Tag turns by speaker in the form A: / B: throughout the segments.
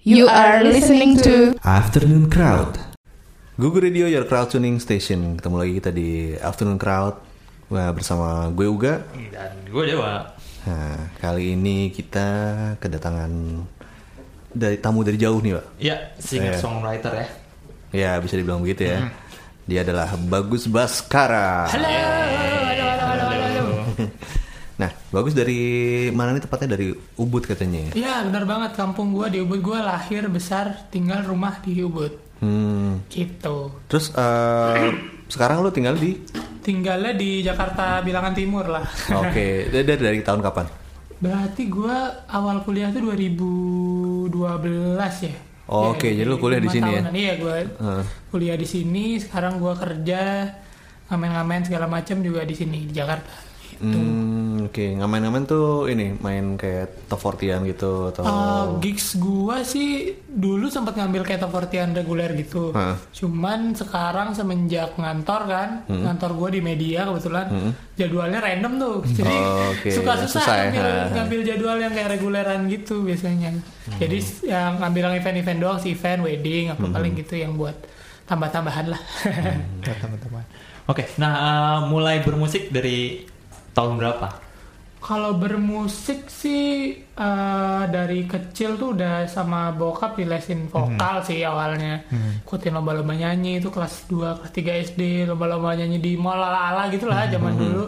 A: You are listening to
B: Afternoon Crowd. Google Radio Your Crowd Tuning Station. Ketemu lagi kita di Afternoon Crowd Wah, bersama gue Uga.
C: Dan gue Dewa
B: Nah, kali ini kita kedatangan dari tamu dari jauh nih, Pak.
C: Ya, singer songwriter ya
B: Ya, bisa dibilang begitu ya. Dia adalah Bagus Baskara. Nah, Bagus dari mana nih tepatnya dari Ubud katanya ya?
D: Iya benar banget kampung gua di Ubud gua lahir besar tinggal rumah di Ubud
B: Hmm.
D: gitu
B: Terus eh, sekarang lo tinggal di
D: tinggalnya di Jakarta Bilangan Timur lah
B: Oke, dari, dari dari tahun kapan?
D: berarti gua awal kuliah tuh 2012 ya
B: Oh, oke, jadi lu kuliah di
D: lima
B: sini ya?
D: tahunan. iya gua
B: Heeh.
D: kuliah di sini sekarang gua kerja ngamen-ngamen segala macam juga di sini di Jakarta Gitu.
B: Hmm, oke ngamen-ngamen tuh ini main kayak top 40-an gitu atau
D: Eh, gigs gua sih dulu sempat ngambil kayak top 40 reguler gitu.
B: Heeh.
D: Cuman sekarang semenjak ngantor kan,
B: Hmm.
D: ngantor gua di media kebetulan jadwalnya random tuh. Jadi
B: Oke,
D: suka susah,
B: susah ya.
D: ngambil,
B: Ha, ha.
D: ngambil jadwal yang kayak reguleran gitu biasanya.
B: Hmm.
D: Jadi yang ngambil yang event-event doang sih, event, wedding, apa paling gitu yang buat tambah-tambahan lah.
B: Hmm.
C: Buat teman-teman Oke, nah eh, mulai bermusik dari tahun berapa?
D: Kalau bermusik sih eh, dari kecil tuh udah sama bokap dilesin vokal sih awalnya. Ikutin lomba-lomba nyanyi itu kelas 2, kelas 3 SD, lomba-lomba nyanyi di mall ala-ala gitu lah zaman dulu.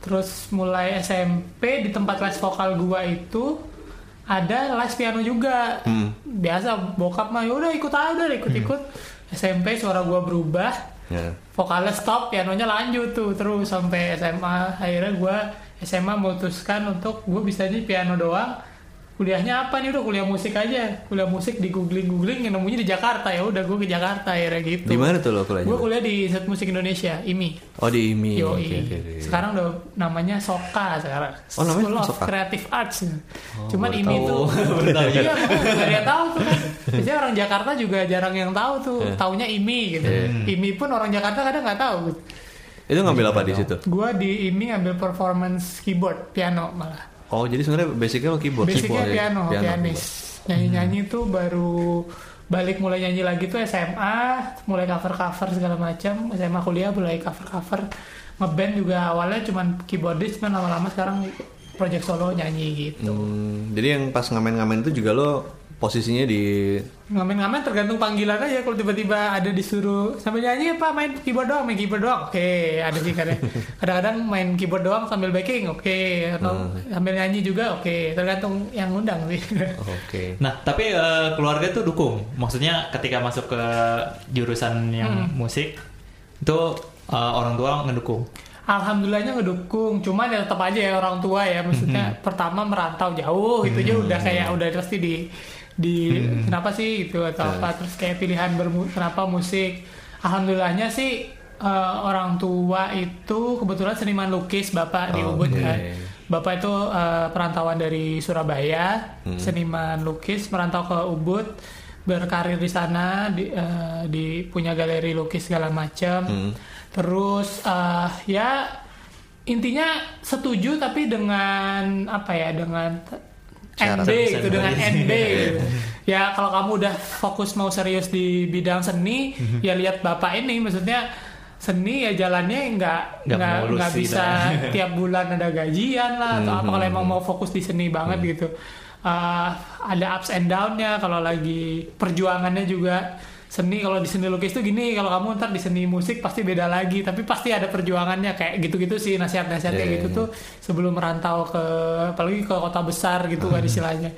D: Terus mulai SMP di tempat les vokal gua itu ada les piano juga. Biasa bokap mah yaudah ikut aja udah ikut-ikut. SMP suara gua berubah
B: Ya.
D: vokalnya stop, pianonya lanjut tuh terus sampai SMA. Akhirnya gue SMA memutuskan untuk gue bisa aja piano doang. Kuliahnya apa nih udah kuliah musik aja. Kuliah musik di googling googling nemunya di Jakarta ya udah gue ke Jakarta akhirnya gitu.
B: Di mana tuh lo kuliahnya?
D: Gue kuliah di Institut Musik Indonesia, IMI.
B: Oh di IMI.
D: Yoi.
B: Oke, oke, oke.
D: Sekarang udah namanya Soka sekarang.
B: Oh, namanya
D: School of
B: Soka? Oh,
D: Creative Arts. Cuman IMI
C: tahu.
D: itu
C: Baru tahu juga.
D: Iya, makanya nggak ada yang tahu tuh kan. Biasanya orang Jakarta juga jarang yang tahu tuh.
B: Iya.
D: Taunya IMI gitu. IMI pun orang Jakarta kadang nggak tahu.
B: Itu ngambil apa
D: Iya,
B: di situ?
D: Gua di IMI ngambil performance keyboard, piano malah.
B: Oh jadi sebenarnya basicnya lo keyboard.
D: Basicnya
B: keyboard Hmm. ya?
D: piano, pianis. Nyanyi-nyanyi tuh baru balik mulai nyanyi lagi tuh SMA, mulai cover-cover segala macam. SMA kuliah mulai cover-cover. Ngeband juga awalnya cuman keyboardist, cuman lama-lama sekarang project solo nyanyi gitu.
B: Hmm, jadi yang pas ngamen-ngamen itu juga lo posisinya di
D: Ngamen-ngamen tergantung panggilan aja kalau tiba-tiba ada disuruh sambil nyanyi apa main keyboard doang, main keyboard doang. Oke, ada sih kadang- kadang-kadang main keyboard doang sambil backing. Oke, atau
B: Hmm.
D: sambil nyanyi juga oke. Tergantung yang undang sih.
B: Oh, Oke.
C: Nah, tapi eh, keluarga tuh dukung Maksudnya ketika masuk ke jurusan
D: Hmm.
C: yang musik Itu eh, orang tua ngedukung
D: Alhamdulillahnya ngedukung, cuman ya tetap aja ya orang tua ya maksudnya pertama merantau jauh itu aja udah kayak udah pasti di di kenapa sih gitu atau apa terus kayak pilihan bermu kenapa musik. Alhamdulillahnya sih eh, orang tua itu kebetulan seniman lukis bapak di Ubud
B: Oke.
D: kan. Bapak itu eh, perantauan dari Surabaya, seniman lukis merantau ke Ubud berkarir di sana di, eh, di- punya galeri lukis segala macam terus eh, ya intinya setuju tapi dengan apa ya dengan t-
B: Cara
D: NB
C: terbesar.
D: gitu dengan NB gitu. ya kalau kamu udah fokus mau serius di bidang seni ya lihat bapak ini maksudnya seni ya jalannya nggak
C: Nggak
D: nggak
C: mulus
D: nggak
C: sih,
D: bisa tiap bulan ada gajian lah atau apa kalau emang mau fokus di seni banget
B: Hmm.
D: gitu Uh, ada ups and down-nya kalau lagi perjuangannya juga seni kalau di seni lukis tuh gini kalau kamu ntar di seni musik pasti beda lagi tapi pasti ada perjuangannya kayak gitu-gitu sih nasihat-nasihat
B: Iya,
D: kayak
B: iya,
D: gitu
B: iya.
D: tuh sebelum merantau ke apalagi ke kota besar gitu
B: Hmm.
D: kan istilahnya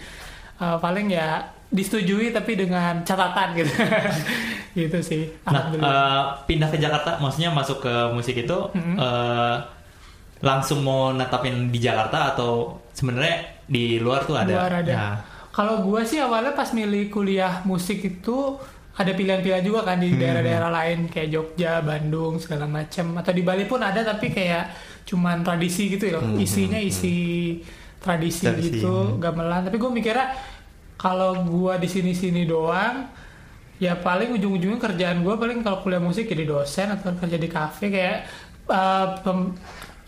D: Uh, paling ya disetujui tapi dengan catatan gitu gitu sih
C: Nah,
D: alhamdulillah
C: eh, pindah ke Jakarta Maksudnya masuk ke musik itu
D: Hmm.
C: eh, Langsung mau natapin di Jakarta Atau sebenarnya di luar
B: eh,
C: tuh ada?
D: Luar ada.
B: Ya.
C: Nah,
D: Kalau gua sih awalnya pas milih kuliah musik itu ada pilihan-pilihan juga kan di daerah-daerah lain kayak Jogja, Bandung segala macam atau di Bali pun ada tapi kayak cuman tradisi gitu ya isinya isi tradisi,
C: Tradisi,
D: gitu gamelan tapi gue mikirnya kalau gua di sini-sini doang ya paling ujung-ujungnya kerjaan gua paling kalau kuliah musik jadi dosen atau kerja di kafe kayak eh, pem-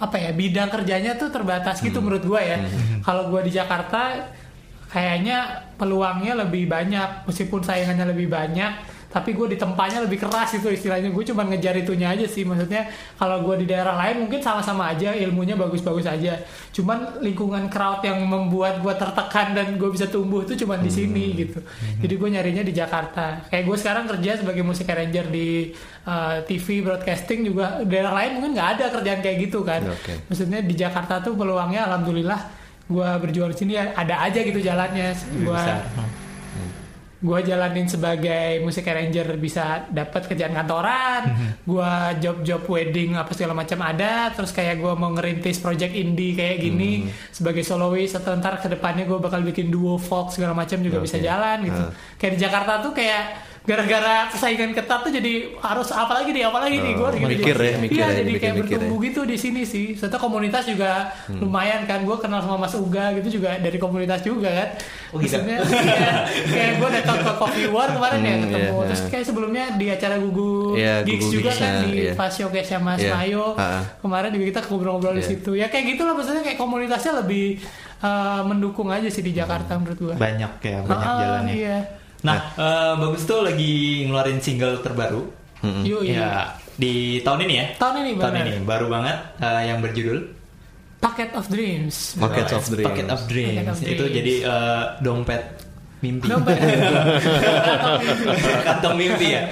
D: apa ya bidang kerjanya tuh terbatas gitu menurut gua ya kalau gua di Jakarta kayaknya peluangnya lebih banyak meskipun saingannya lebih banyak tapi gue di tempatnya lebih keras itu istilahnya gue cuma ngejar itunya aja sih maksudnya kalau gue di daerah lain mungkin sama-sama aja ilmunya bagus-bagus aja cuman lingkungan crowd yang membuat gue tertekan dan gue bisa tumbuh itu cuma di sini gitu jadi gue nyarinya di Jakarta kayak gue sekarang kerja sebagai musik arranger di uh, TV broadcasting juga daerah lain mungkin nggak ada kerjaan kayak gitu kan
B: Oke.
D: maksudnya di Jakarta tuh peluangnya alhamdulillah gue berjuang di sini ya ada aja gitu jalannya
B: Iya,
D: gue
C: Bisa. Hmm.
D: gue jalanin sebagai musik arranger bisa dapat kerjaan kantoran
B: Mhm.
D: gue job-job wedding apa segala macam ada terus kayak gue mau ngerintis project indie kayak gini
B: Mhm.
D: sebagai soloist atau ntar kedepannya gue bakal bikin duo folk segala macam juga
B: Oke.
D: bisa jalan gitu
B: Ah.
D: kayak di Jakarta tuh kayak gara-gara persaingan ketat tuh jadi harus apalagi nih apalagi nih gue
B: Oh, mikir ya, mikir ya,
D: Iya, jadi
B: dibikin
D: kayak
B: mikir ya.
D: bertumbuh gitu di sini sih. Serta komunitas juga
B: Hmm.
D: lumayan kan. Gue kenal sama Mas Uga gitu juga dari komunitas juga kan.
C: Oh, gitu?
D: Maksudnya iya, kayak gue datang ke Coffee War kemarin ya
B: Hmm,
D: ketemu.
B: iya,
D: Terus
B: iya.
D: kayak sebelumnya di acara Gugu
B: Iya,
D: Gigs
B: Gugu
D: juga
B: Gigs-nya,
D: kan di
B: iya.
D: pas showcase sama Mas
B: Iya.
D: Mayo.
B: Ha-ha.
D: Kemarin juga kita ngobrol-ngobrol di
B: Iya.
D: situ. Ya kayak gitulah maksudnya kayak komunitasnya lebih eh, mendukung aja sih di Jakarta menurut gue.
E: Banyak ya, banyak
D: Ah,
E: jalannya.
D: Iya.
C: Nah, eh, Bagus tuh lagi ngeluarin single terbaru.
D: Yuk, iya.
C: Ya, di tahun ini ya.
D: Tahun ini
C: Tahun
D: benar.
C: ini baru banget eh, yang berjudul
D: Packet of Dreams.
B: Pockets
C: Eh,
B: of Dreams.
C: Pocket of Dreams.
D: Pocket of
C: Itu
D: Dreams.
C: jadi eh, dompet mimpi.
D: Dompet.
C: Kantong mimpi ya.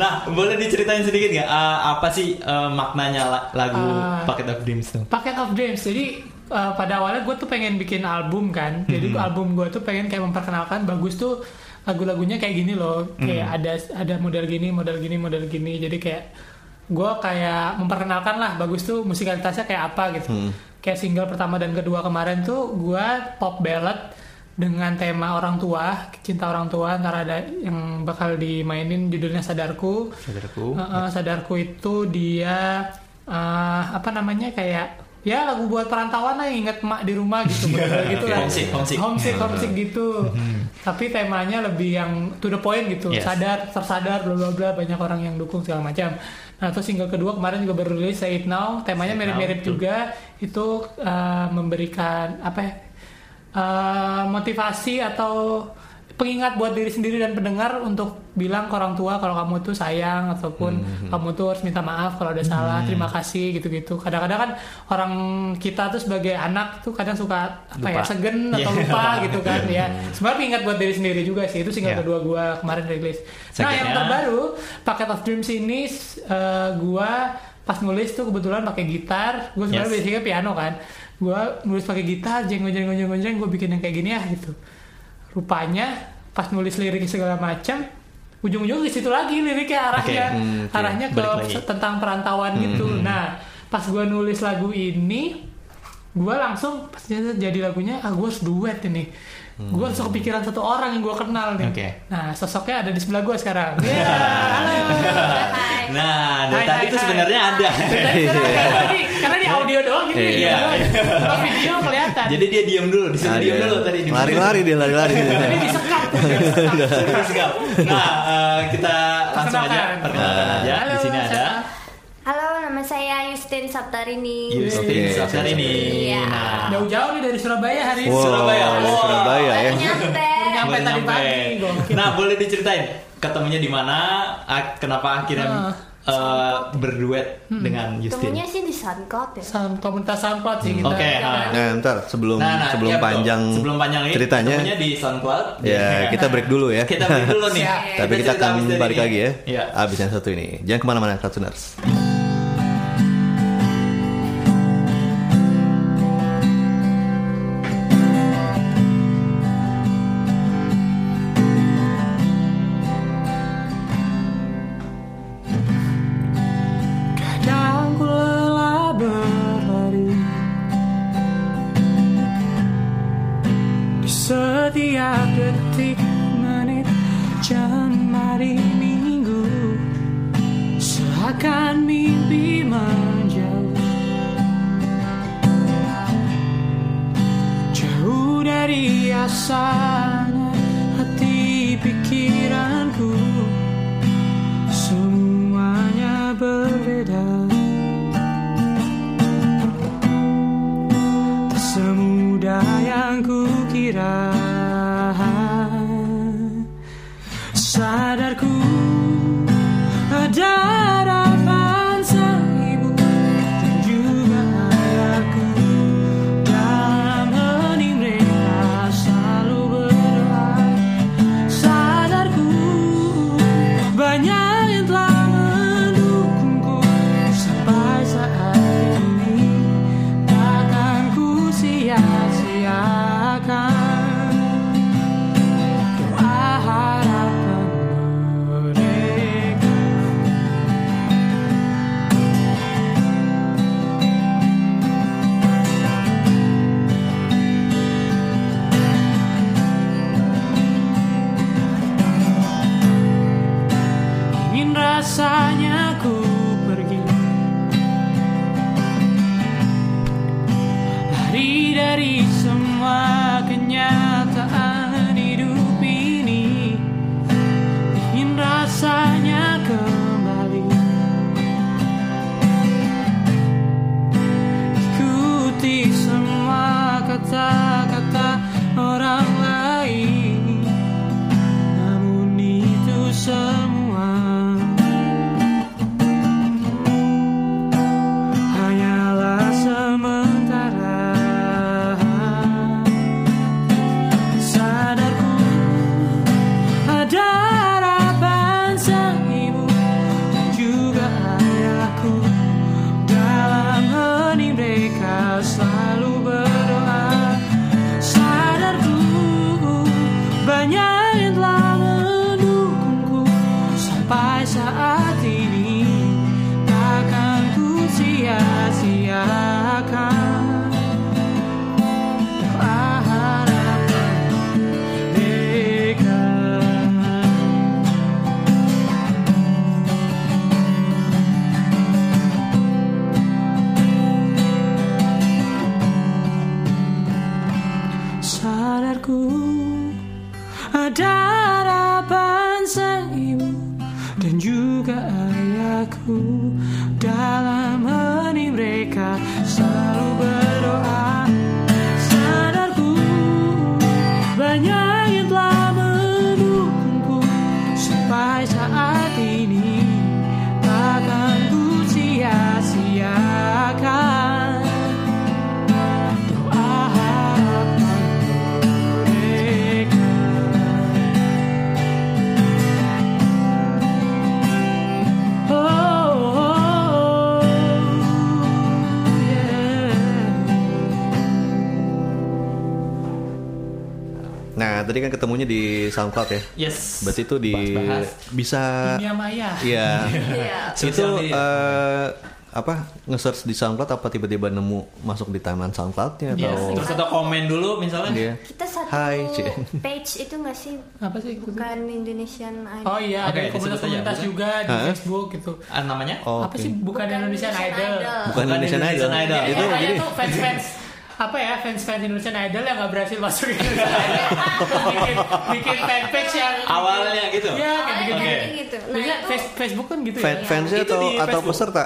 C: nah, boleh diceritain sedikit nggak eh, apa sih eh, maknanya la- lagu
D: Ah.
C: Pocket of Dreams tuh?
D: Packet of Dreams. Jadi uh, pada awalnya gue tuh pengen bikin album kan. Jadi album gue tuh pengen kayak memperkenalkan bagus tuh lagu-lagunya kayak gini loh. Kayak ada ada model gini, model gini, model gini. Jadi kayak gue kayak memperkenalkan lah bagus tuh musikalitasnya kayak apa gitu. Kayak single pertama dan kedua kemarin tuh gue pop ballad dengan tema orang tua, cinta orang tua. Ntar ada yang bakal dimainin judulnya Sadarku.
E: Saudaraku.
D: Heeh, sadarku itu dia eh, apa namanya kayak ya lagu buat perantauan lah yang inget mak di rumah gitu bener gitu
C: Oke.
D: lah.
C: Homesick, homesick.
D: homesick homesick gitu tapi temanya lebih yang to the point gitu
E: Yes.
D: sadar tersadar bla bla bla banyak orang yang dukung segala macam nah terus single kedua kemarin juga baru rilis Say It Now temanya
C: Say It
D: mirip-mirip
C: Now, Iya, betul.
D: juga itu eh, memberikan apa ya eh, motivasi atau pengingat buat diri sendiri dan pendengar untuk bilang ke orang tua kalau kamu tuh sayang ataupun
C: Mhm.
D: kamu tuh harus minta maaf kalau ada salah terima kasih gitu-gitu kadang-kadang kan orang kita tuh sebagai anak tuh kadang suka apa ya
C: Lupa.
D: segen
C: Iya.
D: atau
C: Mhm.
D: lupa gitu kan ya sebenarnya pengingat buat diri sendiri juga sih itu single
E: Iya.
D: kedua gua kemarin rilis nah yang
C: Sakitnya-
D: terbaru paket of dreams ini eh, gua pas nulis tuh kebetulan pakai gitar gue sebenarnya
C: Yes.
D: basicnya piano kan gue nulis pakai gitar jeng jeng jeng jeng jeng gue bikin yang kayak gini ya gitu rupanya pas nulis lirik segala macam ujung-ujung ke situ lagi liriknya arahnya
C: Oke,
B: hmm, oke.
D: arahnya ke
C: Balik lagi. Hmm,
D: tentang perantauan gitu nah pas gue nulis lagu ini gue langsung pas jadi lagunya ah gue harus duet ini
C: Hmm.
D: gue langsung kepikiran satu orang yang gue kenal nih
E: Oke.
D: nah sosoknya ada di sebelah gue sekarang Iya, halo
C: Nah, dari
D: Hai,
C: tadi
D: hai,
C: itu
D: hai.
C: sebenarnya ada.
D: Dari sana, karena di- karena di audio doang gitu ya,
C: Iya.
D: Kalau video kelihatan.
C: Jadi dia diam dulu, disuruh
B: Nah,
C: diam
B: dia
C: dulu tadi. disuruh
B: Lari-lari dia lari-lari.
D: Jadi disekap. tuh, disekap.
C: Terus gak? Nah, eh, kita langsung aja
D: Perkenalkan.
C: perkenalkan aja.
D: Halo,
C: Iya, Di sini ada
D: saya-
F: Halo, nama saya Yustin Saptarini.
C: Justin
B: Oke,
C: Saptar ini.
F: Iya.
C: Nah,
D: Jauh-jauh nih dari Surabaya hari ini.
B: Wow,
C: Surabaya.
B: dari Surabaya ya.
F: Baru nyampe.
D: Baru
C: Baru
D: nyampe tadi
C: nyampe.
D: pagi. gokil.
C: Nah, boleh diceritain ketemunya di mana? a- Kenapa
D: Hmm.
C: akhirnya eh, berduet dengan Justin?
F: Temunya sih di SoundCloud ya.
D: Sam- komunitas SoundCloud sih kita.
C: Oke, ah.
B: Nah, ntar sebelum
C: Nah, nah,
B: sebelum
C: iya, betul.
B: panjang
C: sebelum panjang ini,
B: ceritanya
C: ketemunya di SoundCloud. Iya.
B: ya kita break dulu ya.
C: Kita break dulu nih.
D: Siap.
B: Tapi kita
C: cerita
B: akan
C: abis dari
B: balik
C: ini.
B: lagi ya.
C: Iya.
B: Abis yang satu ini. Jangan kemana-mana, Cartooners.
D: Kadang ku lelah berlari Di setiap detik menit jam hari minggu Seakan mimpi menjauh Jauh dari asana hati pikiranku semuanya berbeda Tak semudah yang kukira sadarku ada harapan sang ibu dan juga ayahku dalam hening mereka selalu berdoa sadarku banyak yang telah mendukungku sampai saat ini takkan ku sia-siakan harapan mereka ingin rasanya ku pergi lari dari semua kenyataan hidup ini ingin rasanya kembali ikuti semua kata-kata orang lain namun itu semua hanyalah sementara sadarku ada harapan sang ibu dan juga ayahku dalam hening mereka selalu berdoa sadarku banyak yang telah mendukungku sampai saat ini takkan ku sia-siakan doa harapan mereka sadarku ada harapan sang ibu dan juga ayahku dalam hening mereka selalu berdoa sadarku banyak yang telah mendukungku sampai saat ini takkan ku sia-siakan doa harapan Oh,
B: Nah, tadi kan ketemunya di SoundCloud ya.
C: Yes.
B: Berarti itu di
C: Bahas-bahas.
B: bisa
G: dunia maya
B: iya.
F: Iya.
B: itu
C: Sosial media.
B: eh, apa nge-search di SoundCloud apa tiba-tiba nemu masuk di timeline SoundCloudnya
C: Yes.
B: atau
C: Terus atau komen dulu misalnya.
B: dia
F: Kita satu
B: Hai, Cie.
F: page itu nggak sih?
G: apa sih itu?
F: Bukan Indonesian Idol.
G: oh iya
C: Oke,
G: ada
C: disebut aja,
G: komunitas-komunitas
C: bukan?
G: juga di
B: Hah?
G: Facebook gitu
C: Ah, namanya?
B: Oh,
G: apa
B: oke.
G: sih bukan, Indonesian Idol,
B: bukan Indonesian Idol.
C: Idol. Iya.
B: Itu
G: Kayaknya
B: jadi
G: tuh fans-fans apa ya fans-fans Indonesian Idol yang nggak berhasil masuk ke Indonesian Idol bikin, bikin fanpage yang
C: Awalnya gitu.
G: ya kayak
F: Awalnya
G: bikin
C: Oke.
F: kayak gitu. Nah,
G: Biasanya
F: itu-
G: face- Facebook kan gitu
B: fan-
G: ya
B: fansnya
C: Itu
B: atau
C: di
B: atau
C: Facebook.
B: peserta?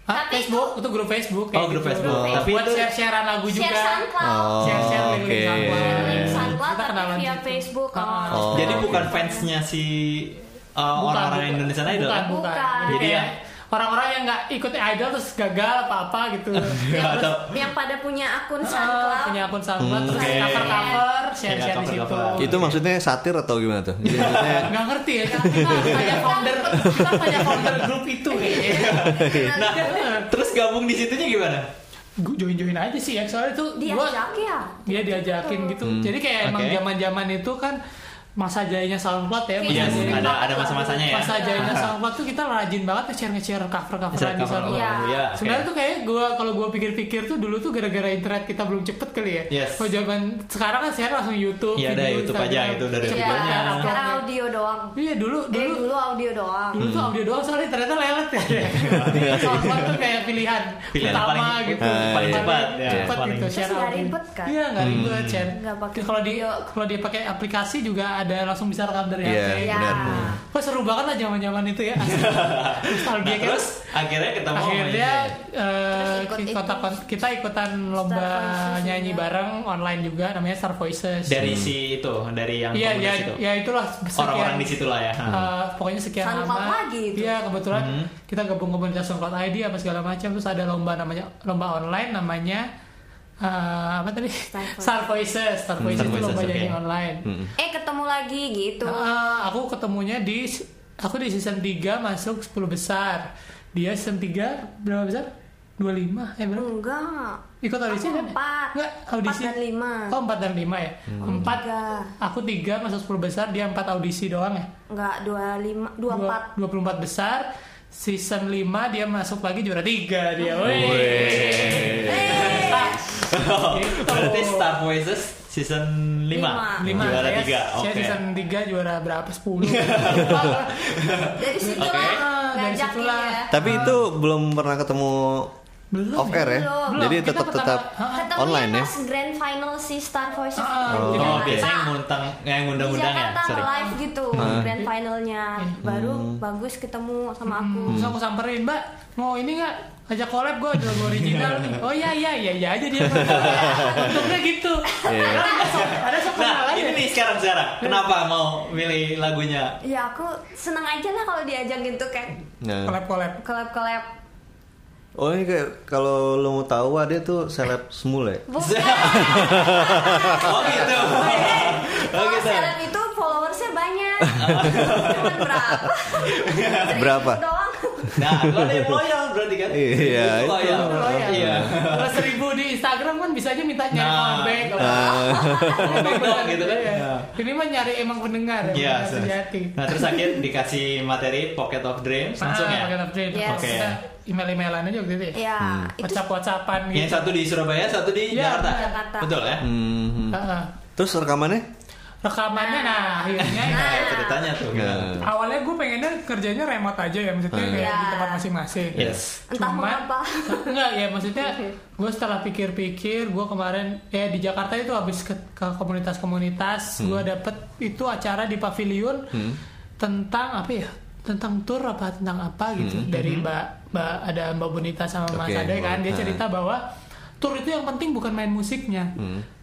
G: Hah,
F: Tapi
G: Facebook itu grup Facebook kayak
C: Oh, grup
G: gitu.
C: Facebook.
F: Grup
C: Tapi
G: buat
C: itu-
G: share-sharean lagu
F: Share
G: juga
F: SoundCloud.
B: Oh,
G: Share-share
B: oke.
G: link
D: iya.
G: SoundCloud.
F: Link SoundCloud
G: Kita kenalan Iya.
F: tapi via
G: gitu.
F: Facebook. Oh.
B: Oh.
C: Jadi
B: oke.
C: bukan fansnya si uh,
G: Bukan,
C: orang-orang
G: bukan.
C: Indonesia Idol.
G: bukan,
C: kan?
G: bukan.
F: Bukan.
G: Jadi
C: Jadi
G: kayak
C: ya-
G: orang-orang yang nggak ikut idol terus gagal apa apa gitu
F: Yang,
C: Nggak tahu.
F: yang pada punya akun
G: Eh,
F: SoundCloud.
G: punya akun SoundCloud terus
C: Oke.
G: cover cover share share di situ
C: cover-cover.
D: Oh,
B: Itu maksudnya satir atau gimana tuh?
D: Iya.
B: Jadi maksudnya
G: nggak ngerti ya kita hanya founder kita hanya founder grup itu kayaknya
F: Iya,
C: Nah, terus gabung di situnya gimana?
G: gue join join aja sih ya soalnya itu gua
F: Diajak ya.
G: dia diajakin gitu jadi kayak emang
C: Oke.
G: zaman zaman itu kan masa jayanya SoundCloud ya
F: Iya,
G: masa
C: Yes,
G: jayanya-
C: ada ada masa-masanya ya.
G: masa jayanya SoundCloud tuh kita rajin banget nge-share nge-share cover coveran di
C: Cover-cover.
G: SoundCloud
F: Iya.
C: Iya, oke.
G: Sebenarnya tuh kayak gua kalau gua pikir-pikir tuh dulu tuh gara-gara internet kita belum cepet kali ya.
C: Yes.
G: Kalau zaman sekarang kan share langsung YouTube.
C: Iya, ada
G: video,
C: YouTube aja,
G: Instagram.
C: itu udah ada
G: Cepet
F: Iya,
C: videonya.
G: kan uploadnya.
F: sekarang audio doang.
G: Iya dulu
F: Dari
G: dulu
F: Eh, dulu audio audio doang.
D: Dulu
C: Hmm.
D: tuh audio doang soalnya ternyata lelet ya. Soundcloud tuh kayak pilihan,
C: Iya. Pilihan
D: utama
C: paling-
D: gitu.
B: paling
C: cepat, ya.
D: Cepat
C: Paling- Hmm.
D: gitu
C: Terus
D: share
F: nggak
D: audio.
F: ribet, kan?
D: Iya, enggak ribet share.
F: Nggak pakai
D: Kalau di
F: video.
D: kalau dia pakai aplikasi juga ada langsung bisa rekam dari
B: Iya,
D: HP.
F: Ya.
B: benar.
D: Wah seru banget lah zaman-zaman itu ya. Nostalgia
C: Nah,
D: kayak-
C: terus akhirnya ketemu sama
D: akhirnya
C: ini.
D: eh,
F: Terus ikut
D: ki-
F: itu.
D: kontak- kita ikutan lomba
F: Star Voices
D: nyanyi
F: juga.
D: bareng online juga namanya Star Voices.
C: dari si itu dari yang
D: Hmm. Iya, ya,
C: komunitas itu
D: ya itulah sekian-
C: orang-orang di situ lah ya
D: Eh, pokoknya sekian
F: SoundCloud
D: lama.
F: lagi itu.
D: Iya kebetulan
C: Hmm.
D: kita gabung komunitas SoundCloud ID apa segala macam terus ada lomba namanya lomba online namanya eh, apa tadi
F: Voices.
D: Star Voices Star Voices
C: Hmm, Star
D: itu lomba
C: Voices,
D: nyanyi
C: oke. Hmm.
D: online.
F: Eh ketemu lagi gitu.
D: Eh, aku ketemunya di aku di season 3 masuk 10 besar. Dia season 3 berapa besar? 25 eh berapa?
F: Enggak.
D: Ikut audisi
F: Hmm. Aku
D: kan?
F: empat.
D: Enggak, audisi.
F: Empat dan lima.
D: Oh, 4 dan 5 ya.
C: Hmm.
D: 4.
F: Tiga.
D: Aku 3 masuk 10 besar, dia 4 audisi doang ya.
F: Enggak 25 24.
D: Dua- 24 besar. Season 5 dia masuk lagi juara 3 dia.
C: Oh,
D: Wih.
C: iya.
D: Eh.
C: Oh, berarti Star Voices season 5
F: Lima.
D: Lima.
C: juara
D: Saya-
C: 3 oke
D: Saya season 3 juara berapa? Hmm. 10. Lupa.
F: Dari situ
C: Oke.
F: lah
D: Ah, dari
F: ngajakin
D: situlah.
F: ya.
B: Tapi itu belum pernah ketemu
D: Belum
B: off air ya.
F: Belum.
B: Jadi
D: Kita
B: tetap
D: pertama-
B: tetap
D: Ha-ha.
F: Ketemunya
B: online ya.
F: pas grand final si Star Voices.
D: Ah,
F: Nah, Di
C: Oh,
F: Jakarta.
C: biasanya ngundang yang
F: Di
C: ngundang-undang ya,
F: Jakarta
C: sorry.
F: live gitu grand finalnya
D: Hmm.
F: baru bagus ketemu sama aku
D: Terus
C: Hmm.
D: aku samperin, Mbak, mau ini nggak? Ajak collab gue, jual gua original nih. Oh iya, iya, iya, iya aja dia. Untungnya gitu. Karena ada sok- ada sok
C: Iya. Nah,
D: kenalan
C: ini
D: ya. Hmm.
C: nih sekarang sekarang. Kenapa mau milih lagunya?
F: ya aku seneng aja lah kalau diajak gitu kayak
B: Nah.
D: Collab-collab.
F: collab collab
B: Oh ini kayak kalau lo mau tahu ada tuh seleb semula ya.
F: bukan
C: Oh gitu.
D: iya.
C: Oh
F: kalau
C: gitu.
F: seleb itu followersnya banyak cuman berapa Seribu
B: Berapa?
F: doang
C: Nah, lo ada yang loyal berarti kan?
B: Iya, itu
C: Itu loyal.
D: Loyal.
C: Iya.
D: Kalau seribu di Instagram kan bisa aja minta nyari
C: Nah.
D: comeback.
C: Dong, gitu kan?
D: ya. Ini mah nyari emang pendengar,
C: Iya.
D: pendengar sejati.
C: Nah, terus akhirnya dikasih materi Pocket of Dreams langsung
D: Ah,
C: ya.
D: pakai update.
F: Yes.
D: Oke. Kita Email-emailan aja waktu itu ya.
F: ya
B: Hmm.
F: itu
D: Whatsapp-whatsappan gitu.
C: Yang satu di Surabaya, satu di
D: Iya,
C: Jakarta.
F: Jakarta.
C: Betul ya?
B: Hmm.
D: Heeh.
B: Terus rekamannya?
D: Ah, Rekamannya nah
F: Ah.
D: akhirnya
C: Nah, ceritanya tuh. gitu.
B: Nah.
D: awalnya gue pengennya kerjanya remote aja ya maksudnya
C: Hmm.
D: kayak
F: Ya.
D: di tempat masing-masing
C: Yes.
F: Entah mengapa.
D: enggak ya maksudnya gue setelah pikir-pikir gue kemarin ya di Jakarta itu habis ke, ke komunitas-komunitas
C: Hmm.
D: gue dapet itu acara di pavilion tentang apa ya tentang tour apa tentang apa gitu
C: Hmm.
D: dari mbak mbak ada mbak Bonita sama Mas
B: Oke,
D: Ade kan
B: Bonita.
D: dia
C: Hmm.
D: cerita bahwa tour itu yang penting bukan main musiknya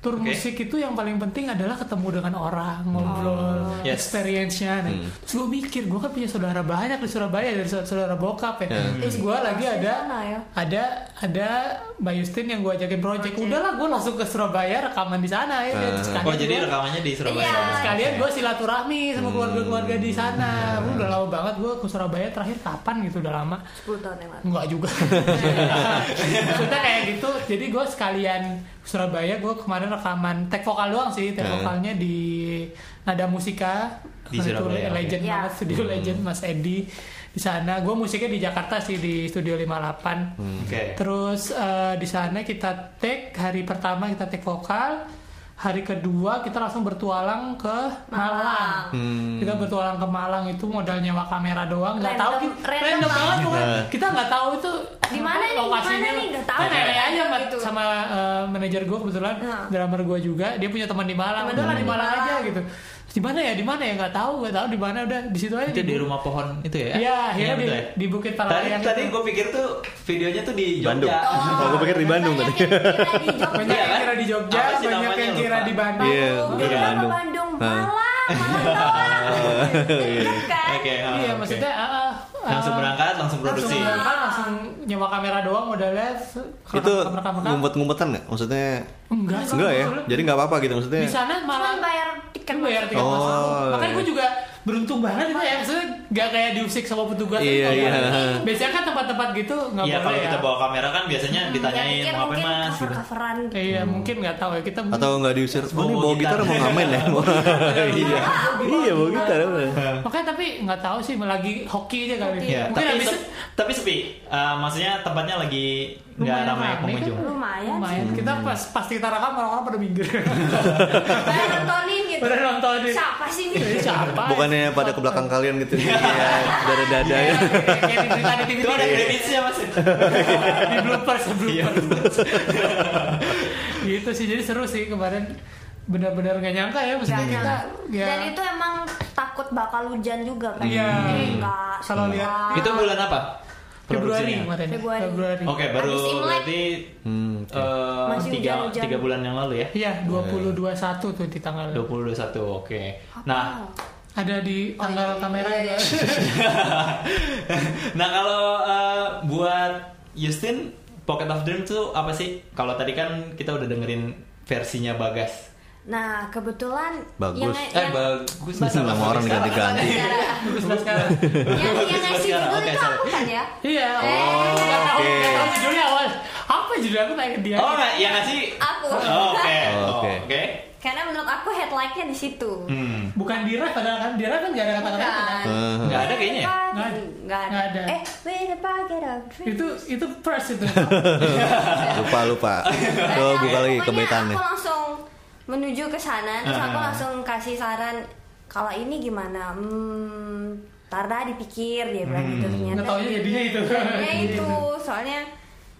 D: tour
C: Hmm. Oke.
D: musik itu yang paling penting adalah ketemu dengan orang ngobrol
C: Oh. Yes. Hmm.
D: experience-nya. Nah, Terus gue mikir, gue kan punya saudara banyak di Surabaya dari saudara, saudara bokap ya.
C: Hmm.
D: Terus gue lagi
F: Pasti
D: ada
F: sana Iya, ya.
D: ada ada Mbak Justin yang gue ajakin project. Udahlah gue langsung ke Surabaya rekaman di sana ya. Terus
C: Oh, jadi
D: gua-
C: rekamannya di Surabaya.
F: Iya.
D: sekalian gue silaturahmi sama keluarga-keluarga di sana.
C: Hmm.
D: Gua Udah lama banget gue ke Surabaya terakhir kapan gitu udah lama.
F: 10 tahun yang lalu
D: Enggak juga. Maksudnya kayak gitu. Jadi gue sekalian Surabaya, gue kemarin rekaman tag vokal doang sih. Tag
B: Hmm.
D: vokalnya di Nada Musika.
C: Eh. Di
D: Itu
C: Surabaya,
D: Legend
F: oke.
D: banget, studio legend Mas Edi di sana. Gue musiknya di Jakarta sih di Studio 58.
C: Oke.
D: Terus eh, di sana kita take hari pertama kita take vokal, hari kedua kita langsung bertualang ke Malang.
C: Hmm.
D: Kita bertualang ke Malang itu modal nyewa kamera doang, nggak tahu
F: Random-
D: kita
F: random
D: random banget
F: banget.
D: pokoknya. kita nggak tahu itu
F: Di mana nih,
D: lokasinya.
F: di mana nih, nggak tahu.
D: Kita nanya aja sama,
F: Gitu.
D: sama, eh, manajer gue kebetulan
F: Nah.
D: drummer gue juga, dia punya teman di Malang.
F: Teman
D: Udah lah
F: di
D: di Malang
F: Malang.
D: aja gitu. Di mana ya? Di mana ya? Nggak tahu, nggak tahu di mana udah di situ aja.
C: Itu di
D: Bu-
C: rumah pohon itu ya?
D: Iya, akhirnya
C: betul
D: di-
C: ya?
D: di Bukit
C: Tadi,
D: Paralayang
C: tadi
D: itu.
C: gue pikir tuh videonya tuh di Jogja.
B: Bandung. Oh, gue pikir di Bandung tadi.
F: Banyak yang kira di Jogja.
D: Banyak ya? yang
C: kan?
D: kira di Jogja,
C: Apa sih
D: banyak
C: namanya,
D: yang kira
C: lupa.
D: di Bandung.
B: Iya,
F: Bandung.
B: gue di
F: Kenapa
B: Bandung.
F: Bandung.
B: Hah.
F: Malang, Malang doang. Deket kan?
C: Oke. ah,
D: Iya,
C: oke.
D: maksudnya ah, ah, ah,
C: langsung berangkat, langsung
D: langsung
C: produksi. Iya,
D: berangkat, langsung nyewa kamera doang modalnya
B: Itu
D: rekam-rekam.
B: ngumpet-ngumpetan nggak? Maksudnya
D: enggak sih,
B: enggak ya?
D: maksudnya.
B: Jadi nggak apa-apa gitu maksudnya.
D: di sana
F: Cuman
D: malah
F: bayar tiket
D: kan bayar tiket
B: Oh,
D: masuk. makanya
B: iya.
D: gue juga beruntung banget itu ya maksudnya nggak kayak diusik sama petugas
B: Iya,
D: gitu.
B: iya.
D: biasanya kan tempat-tempat gitu nggak
C: Iya,
D: boleh
C: kalau
D: ya Hmm,
C: kita bawa kamera kan biasanya ditanyain
F: Yang
C: mau ngapain
F: ya, mungkin
C: mas. gitu.
F: cover-coveran gitu.
D: iya mungkin nggak tahu ya kita
B: Hmm. Atau nggak diusir? Oh, ini
C: Bawa
B: bawa
C: gitar.
B: gitar mau ngamen ya? Iya, iya bawa gitar. bener.
D: makanya tapi nggak tahu sih lagi hoki aja kali
F: Hoki.
C: Iya,
D: mungkin
C: tapi,
D: habis
C: se- tapi sepi. Eh, maksudnya tempatnya lagi nggak
D: Lumayan
C: ramai
D: rame
C: pengunjung.
D: kan?
F: Lumayan.
B: Hmm.
D: lumayan kita pas pas kita rekam orang-orang pada minggir
F: Bayar nontonin gitu.
D: Udah nontonin.
F: Siapa sih ini?
D: Ini siapa?
B: Bukannya pada ke belakang kalian gitu ya,
C: Iya,
B: dada-dada ya.
D: Kayak di berita di TV
C: Itu ada kreditnya mas.
D: di bloopers di bloopers
C: Iya.
D: gitu sih jadi seru sih kemarin benar-benar gak nyangka ya maksudnya
F: Nggak
D: kita
F: nyangka.
D: ya
F: Dan itu emang takut bakal hujan juga kan?
D: Iya.
F: Jadi nggak-
D: Kalau lihat
F: nggak.
C: Itu bulan apa?
D: Februari
C: Produksinya?
D: kemarin ya, Iya,
F: Februari.
C: Oke, baru
F: Habis Imlek.
C: berarti
B: Hmm,
C: eh,
F: Masih
C: tiga,
F: hujan-hujan.
C: tiga bulan yang lalu ya.
D: iya 2021 tuh di tanggal
C: 2021. Oke. Nah,
D: ada di tanggal kamera
F: iya,
D: juga.
F: iya.
C: nah kalau eh, buat Justin Pocket of Dream tuh apa sih? Kalau tadi kan kita udah dengerin versinya Bagas.
F: Nah, kebetulan
B: Bagus.
F: yang,
C: Eh
F: yang,
C: bagus
B: Nama orang diganti-ganti.
D: Bagus banget sekarang.
F: yang, yang
C: Bagus
F: ngasih
C: sekarang.
F: judul
C: Oke,
F: itu
C: sorry.
F: aku kan ya?
D: iya
F: Eh,
D: oh nggak tahu
B: oke.
D: nggak tahu judulnya awal apa judulnya aku tanya ke dia
C: Oh, nggak, yang ngasih.
F: Aku.
C: Oh, Oke.
B: Oh,
C: Oh,
B: oke.
C: Oke.
F: Karena menurut aku headlightnya di situ.
C: Hmm.
D: bukan Dira padahal kan Dira kan gak ada kata-kata itu kan.
B: Eh,
C: Nggak ada kayaknya. ya?
F: Nggak ada. Nggak ada.
D: Nggak ada.
F: Eh, with a bucket of dreams.
D: itu itu first itu
B: Eh, lupa lupa.
C: Oh,
B: Coba buka lagi
F: Nah, Pokoknya
B: kebaikannya.
C: ya.
F: Aku langsung menuju ke sana terus
C: Ah.
F: aku langsung kasih saran kalau ini gimana? Hmm, tarda dipikir dia bilang gitu
C: Hmm.
F: ternyata.
D: nggak taunya jadinya itu
F: Ya itu soalnya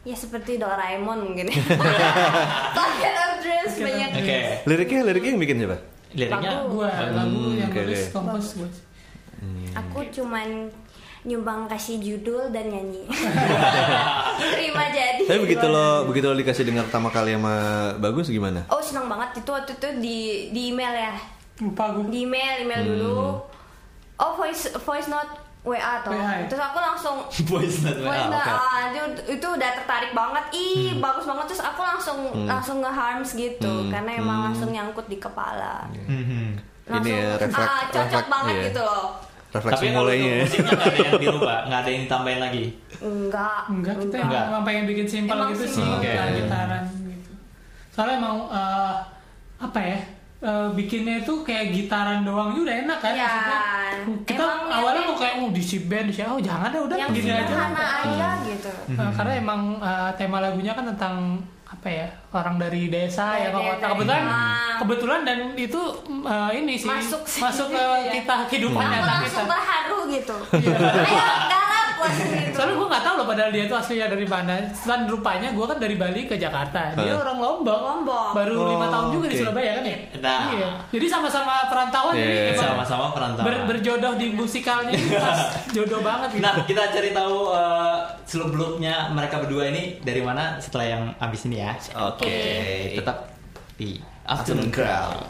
F: ya seperti Doraemon mungkin. Pocket of Dreams banyak.
C: Oke.
B: Liriknya liriknya yang bikin siapa?
C: Liriknya
D: gua lagu
B: Hmm,
D: yang
B: oke,
D: nulis
B: oke.
D: kompos gue
F: Aku cuman nyumbang kasih judul dan nyanyi. Terima jadi.
B: Tapi begitu lo begitu lo dikasih dengar pertama kali sama bagus gimana?
F: Oh senang banget itu waktu itu di di email ya.
D: lupa gue
F: di email email dulu oh voice voice note WA toh
D: WA.
F: terus aku langsung
C: Boys Not Men.
F: voice
C: Ah,
F: note
C: oke.
F: ah, itu, itu udah tertarik banget ih bagus banget terus aku langsung langsung nge harms gitu karena emang langsung nyangkut di kepala
C: Mhm.
F: langsung
B: Ini ya, reflek-
F: ah, cocok
B: reflek-
F: banget
B: iya.
F: gitu loh
B: Refleksi
C: Tapi kalau untuk
B: mulainya. ya.
C: musiknya nggak ada yang dirubah, nggak ada yang ditambahin lagi.
F: enggak
D: Enggak, kita
C: Enggak.
D: emang pengen bikin simpel
F: Emang
D: gitu sih,
F: simpel.
B: Oke.
D: gitar gitaran gitu. Soalnya emang eh, apa ya? eh, bikinnya itu kayak gitaran doang ya udah enak kan
F: Ya,
D: Maksudnya, kita
F: emang yang
D: awalnya
F: band-
D: mau kayak oh di si band sih oh jangan deh udah
F: yang
D: begini aja
F: sederhana aja
B: Hmm.
F: gitu
D: Eh, karena emang eh, tema lagunya kan tentang apa ya orang dari desa
F: Dari
D: ya kalau
F: desa.
D: kebetulan
F: Hmm.
D: kebetulan dan itu mm, eh, ini sih
F: Masuk sih.
D: ke
F: Iya.
D: kita kehidupan
B: Hmm.
F: aku
D: nyata kita Iya.
F: langsung terharu gitu ayo garap lah gitu
D: Soalnya gue gak tahu loh padahal dia itu aslinya dari mana. Dan rupanya gue kan dari Bali ke Jakarta. Dia
B: Hah?
D: orang Lombok.
F: Lombok.
D: Baru
B: Oh,
D: lima tahun juga di
B: oke.
D: Surabaya kan ya?
C: Nah.
D: Iya. Jadi sama-sama perantauan jadi
B: Iya.
D: emang
C: Sama-sama perantauan.
D: ber- berjodoh di musikalnya itu pas jodoh banget gitu.
C: Nah, kita cari tahu eh, seluk-beluknya mereka berdua ini dari mana setelah yang abis ini ya.
B: Oke.
C: Tetap di Afternoon Crowd.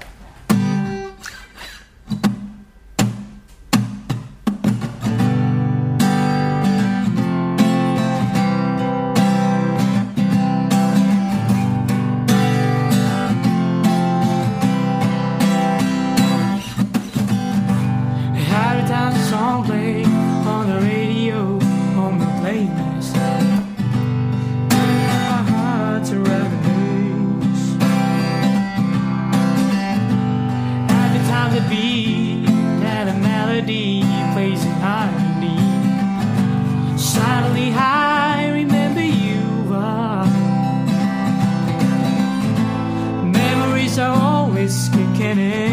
E: Every time the song play on the radio, on the playlist, my heart's a reminisce. Every time the beat that a melody plays in harmony, suddenly I remember you are. Memories are always kicking in.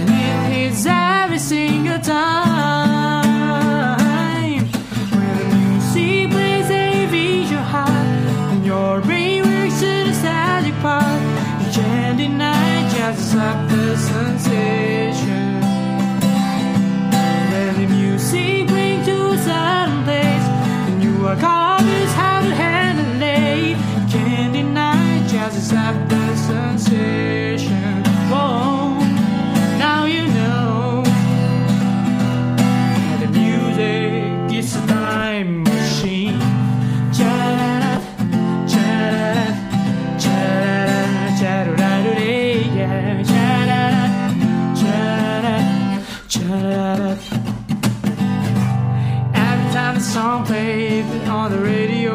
E: And it hits every single time. When the music plays, it leaves your heart. And your brain works to the static part. Each and the night, just like the sensation. When the music brings you a certain place. And you are conscious how to handle it. You can't deny just like the sensation. Whoa. Oh, Now you know the music is a time machine. Cha-da-da, cha-da-da, cha-da-da, cha-da-da-da-day, yeah. Cha-da-da, cha-da-da, cha-da-da. Every time the song played on the radio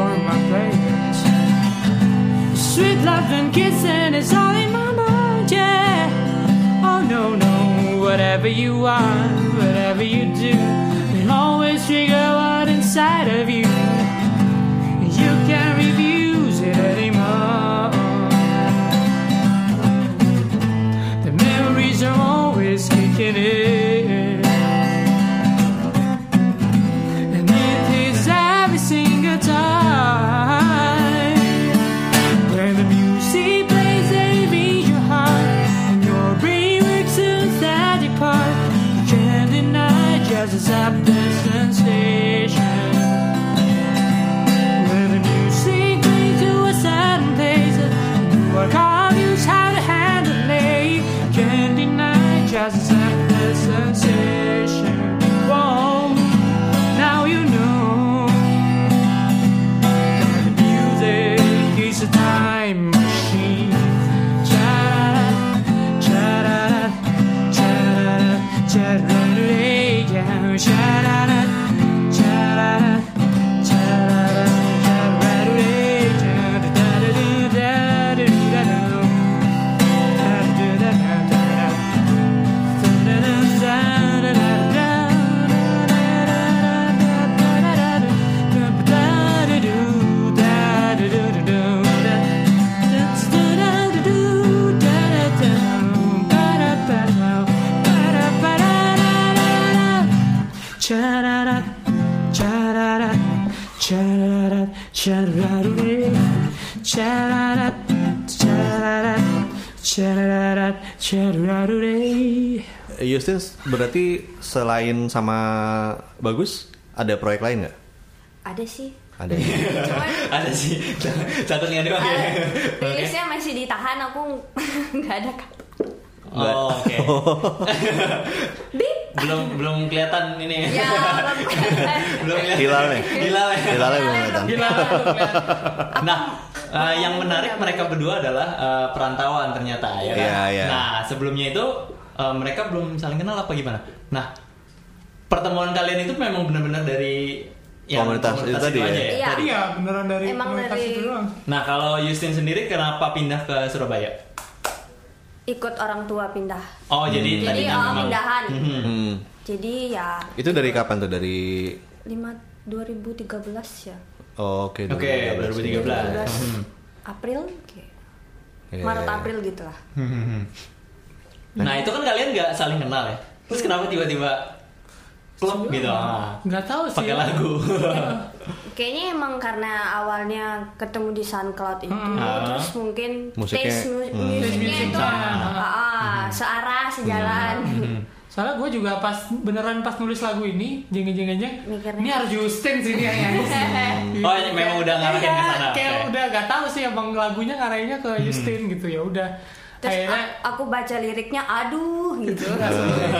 E: or my playlist, sweet love and kissing is all in my mind, yeah. Oh no, no, whatever you are, whatever you do, will always trigger what inside of you. You can't refuse it anymore. has a sadness sensation. Whoa, now you know that music is a time machine. Cha-da-da, cha-da-da, cha-da-da, cha-da-da-da-da, cha-da-da, cha-da-da, cha-da-da, cha-da-da-da-da, da-da-da-da-da-da-da. Cha-da-da, cha-da-da, cha-da-da, cha-da-da-da, cha-da-da, cha-da-da, cha-da-da, cha-da-da-da.
B: Eh, Justin berarti selain sama bagus ada proyek lain nggak?
F: Ada sih.
B: Ada. ya?
F: Cuman
C: ada sih satunya doang ya.
F: eh,
C: Oke.
F: rilisnya masih ditahan aku nggak ada kata.
C: Oh, oke.
F: Bip.
C: belum belum kelihatan ini.
F: Ya,
C: belum kelihatan.
B: Hilalnya.
C: Hilalnya.
B: Hilalnya belum kelihatan.
C: Gila. nah, eh, yang menarik mereka berdua adalah eh, perantauan ternyata ya. kan?
B: Iya, iya.
C: Nah, sebelumnya itu eh, mereka belum saling kenal apa gimana? Nah, pertemuan kalian itu memang benar-benar dari
B: Komunitas itu tadi ya?
F: Iya.
C: tadi.
D: Iya, beneran dari
F: Emang
D: komunitas
F: dari-
D: itu doang.
C: Nah, kalau Justin sendiri kenapa pindah ke Surabaya?
F: Ikut orang tua pindah.
C: Oh, jadi
B: Iya,
F: Jadi
C: tadinya
F: oh,
C: memang.
F: pindahan.
C: Mhm.
B: Hmm.
F: Jadi ya
B: Itu dari kapan tuh? Dari
F: lima 2013 ya.
B: oh, oke.
C: Oke,
B: Mm-hmm.
C: 2013. Mhm.
F: 13 April kayak.
B: Iya,
F: Maret
B: iya, iya.
F: April gitu lah.
C: Hmm. Nah, itu kan kalian nggak saling kenal ya. Terus kenapa tiba-tiba klop gitu? Ah,
D: Nggak tahu sih.
C: Pakai lagu.
F: Kayaknya emang karena awalnya ketemu di SoundCloud itu terus mungkin
B: Hmm. Ah. Musiknya,
F: taste mu-
B: hmm.
F: musiknya itu
D: Musiknya.
F: ah, ah, searah sejalan.
B: Hmm.
D: Soalnya gue juga pas beneran pas nulis lagu ini, jeng jeng jeng,
F: Mikirnya.
D: ini harus Justin sih dia ya. yang nyanyi.
C: Oh, ini memang udah ngarahin ke
D: Iya,
C: sana,
D: Kayak
C: oke.
D: udah gak tahu sih emang lagunya ngarahinnya
B: Hmm.
D: ke Justin gitu ya udah.
F: Terus
D: Akhirnya
F: a- aku baca liriknya aduh gitu.
B: Iya.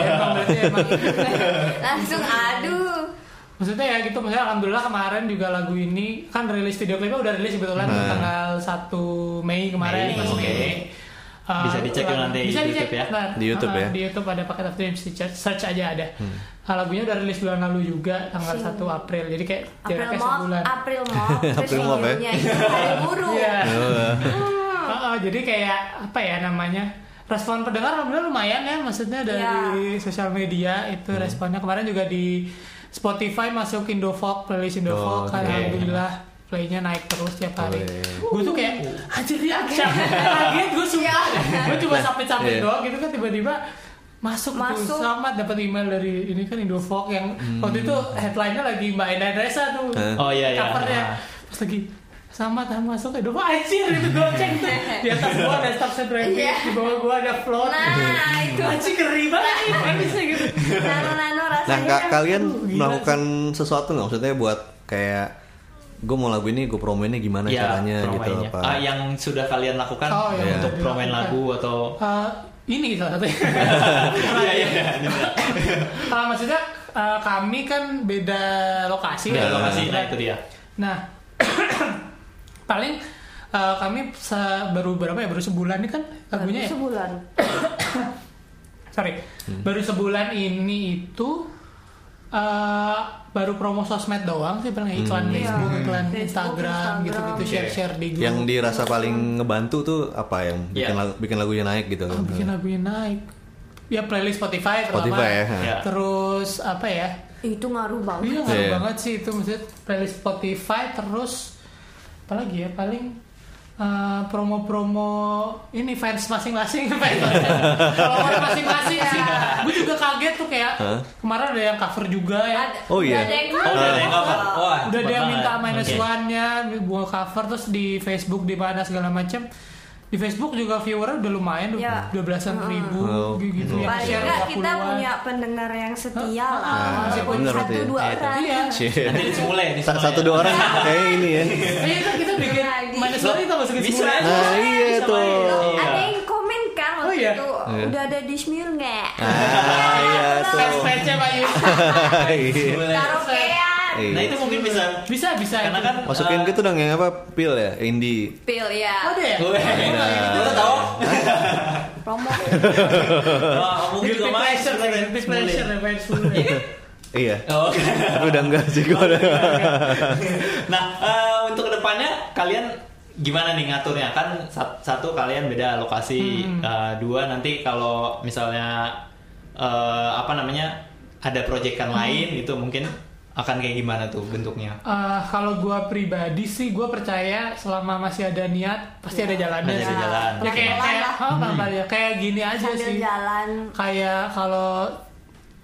D: ya, emang berarti emang
F: Langsung aduh.
D: Maksudnya ya gitu, maksudnya alhamdulillah kemarin juga lagu ini kan rilis video klipnya udah rilis kebetulan
B: Nah.
D: tanggal 1 Mei kemarin
C: Mei,
D: pas
C: oke.
D: Uh,
C: Bisa dicek
D: lagu-
C: nanti
D: bisa
C: di
D: dicek,
C: YouTube ya.
D: benar.
B: Di YouTube
D: Uh,
B: ya. Hmm.
D: Di YouTube ada pakai tafsir search, search aja ada. Uh, lagunya udah rilis bulan lalu juga tanggal 1 April. Jadi kayak
F: April
D: jaraknya
F: Mop,
D: sebulan.
F: April Mop, terus
B: April Mop, ya?
F: videonya itu hari buruh.
D: Iya. Uh, uh, jadi kayak apa ya namanya? Respon pendengar alhamdulillah lumayan ya maksudnya dari sosial media itu
B: Hmm.
D: responnya kemarin juga di Spotify masuk Indofolk playlist Indofolk
B: Oh, oke.
D: alhamdulillah playnya naik terus tiap hari.
B: Boleh.
D: Gue tuh kayak anjir ya kaget gue sumpah. gue cuma capek-capek
B: iya.
D: doang gitu kan tiba-tiba masuk,
F: Masuk.
D: tuh selamat dapat email dari ini kan Indofolk yang waktu itu headline-nya lagi Mbak Enda Dresa tuh
B: Hmm. Hah?
C: Oh, iya, iya.
D: covernya
C: Ah.
D: pas lagi sama tak masuk aduh wah anjir itu goceng tuh di atas gua ada staff sebrang
F: Iya.
D: di bawah gua ada float
F: Nah itu Iya.
D: anjir ngeri banget nih nggak bisa gitu
F: nano-nano
B: Nah,
F: rasanya.
B: ka- kalian
D: aduh, gitu. gila
B: melakukan sesuatu nggak? Maksudnya buat kayak gue mau lagu ini gue promoinnya gimana caranya gitu
C: Iya, promoinnya.
B: apa?
C: Ah, yang sudah kalian lakukan
D: Oh, yang
C: untuk
D: sudah
C: promoin
D: dilakukan.
C: lagu atau
D: Eh, ini salah satunya
C: Iya, iya, iya.
D: Eh, maksudnya eh, kami kan beda lokasi
B: Iya.
C: Beda
D: ya.
C: lokasi, nah itu dia.
D: Nah, paling eh, kami se- baru berapa ya baru sebulan ini kan lagunya ya
F: sebulan.
D: sorry
B: Hmm.
D: baru sebulan ini itu eh, baru promo sosmed doang sih
B: Hmm.
D: pernah iklan Facebook iklan
F: Iya. Facebook,
D: Instagram
F: Instagram.
D: gitu gitu
C: Oke.
D: share share di grup
B: yang dirasa paling ngebantu tuh apa yang bikin
C: Iya. Oh,
B: lagu, bikin lagunya naik gitu?
D: Ah, bikin lagunya naik ya playlist Spotify pertama
B: Spotify ya. ha.
C: Ya.
D: terus apa ya
F: Itu ngaruh banget.
D: iya ngaruh
B: Iya.
D: banget sih itu maksudnya playlist Spotify terus apalagi ya paling eh, promo-promo ini fans masing-masing fans promo masing-masing sih
F: Iya.
D: gue juga kaget tuh kayak
B: Hah?
D: kemarin ada yang cover juga ya
F: Ada-
B: Oh, iya.
F: Ada yang
C: Oh, udah ada yang cover.
F: cover.
C: Wah,
D: ah, udah
C: cepat
D: dia
C: banget.
D: minta minus
C: Oke.
D: one-nya buat cover terus di Facebook di mana segala macam di Facebook juga viewernya udah lumayan
F: Ya.
D: dua belasan ribu
B: Oh.
D: gitu ya
F: Paling
D: share
F: enggak kita
D: 20-an.
F: punya pendengar yang setia lah.
D: Nah,
B: Ah,
F: Walaupun
B: bener
F: satu
B: tuh ya.
F: dua
C: Iya, itu.
F: orang.
D: iya
B: Cie.
C: Nanti disemulai
B: Sa- Satu dua orang kayak ini ya.
C: Iya.
F: Nah,
D: Eh, itu
F: gitu.
D: kita bikin
F: Lagi.
D: minus one itu masukin
C: Bisa ya? aja.
D: semua
B: Nah, iya
C: Bisa
B: tuh.
C: main.
F: Loh,
C: Iya.
F: Ada yang komen kan?
D: Oh, iya? Iya. Nah,
F: itu udah ada di Smir nggak?
B: Ah, iya tuh.
D: Fans-fansnya Pak Yus.
B: Iya.
C: Boleh.
F: Karaokean.
D: Iya.
C: Nah itu mungkin bisa
D: Bisa bisa.
C: karena
D: itu.
C: kan
B: Masukin
C: eh,
B: gitu dong yang apa pil ya, indie.
F: Pil ya.
D: ada ya.
C: Gue Lo tau
F: Promo.
C: Wah, Oh, mungkin
D: Guilty
C: juga main
D: pleasure, guilty pleasure, ya, fans dulu.
B: Iya.
C: Oh, Oke.
B: Tapi udah enggak sih gue.
C: Nah, eh, untuk kedepannya kalian gimana nih ngaturnya? Kan sat- satu kalian beda lokasi,
D: Hmm.
C: Eh, dua nanti kalau misalnya eh, apa namanya ada proyekan
D: Hmm.
C: lain itu mungkin akan kayak gimana tuh bentuknya?
D: Eh, kalau gua pribadi sih gua percaya selama masih ada niat pasti ada jalannya
C: Masih ada
D: sih.
C: jalan. Hmm.
D: Ya kayak
F: Pelan-pelan
D: kayak,
F: Iya. lah.
D: oh, pelan-pelan ya. kayak gini aja
F: Sambil
D: sih.
F: jalan.
D: kayak kalau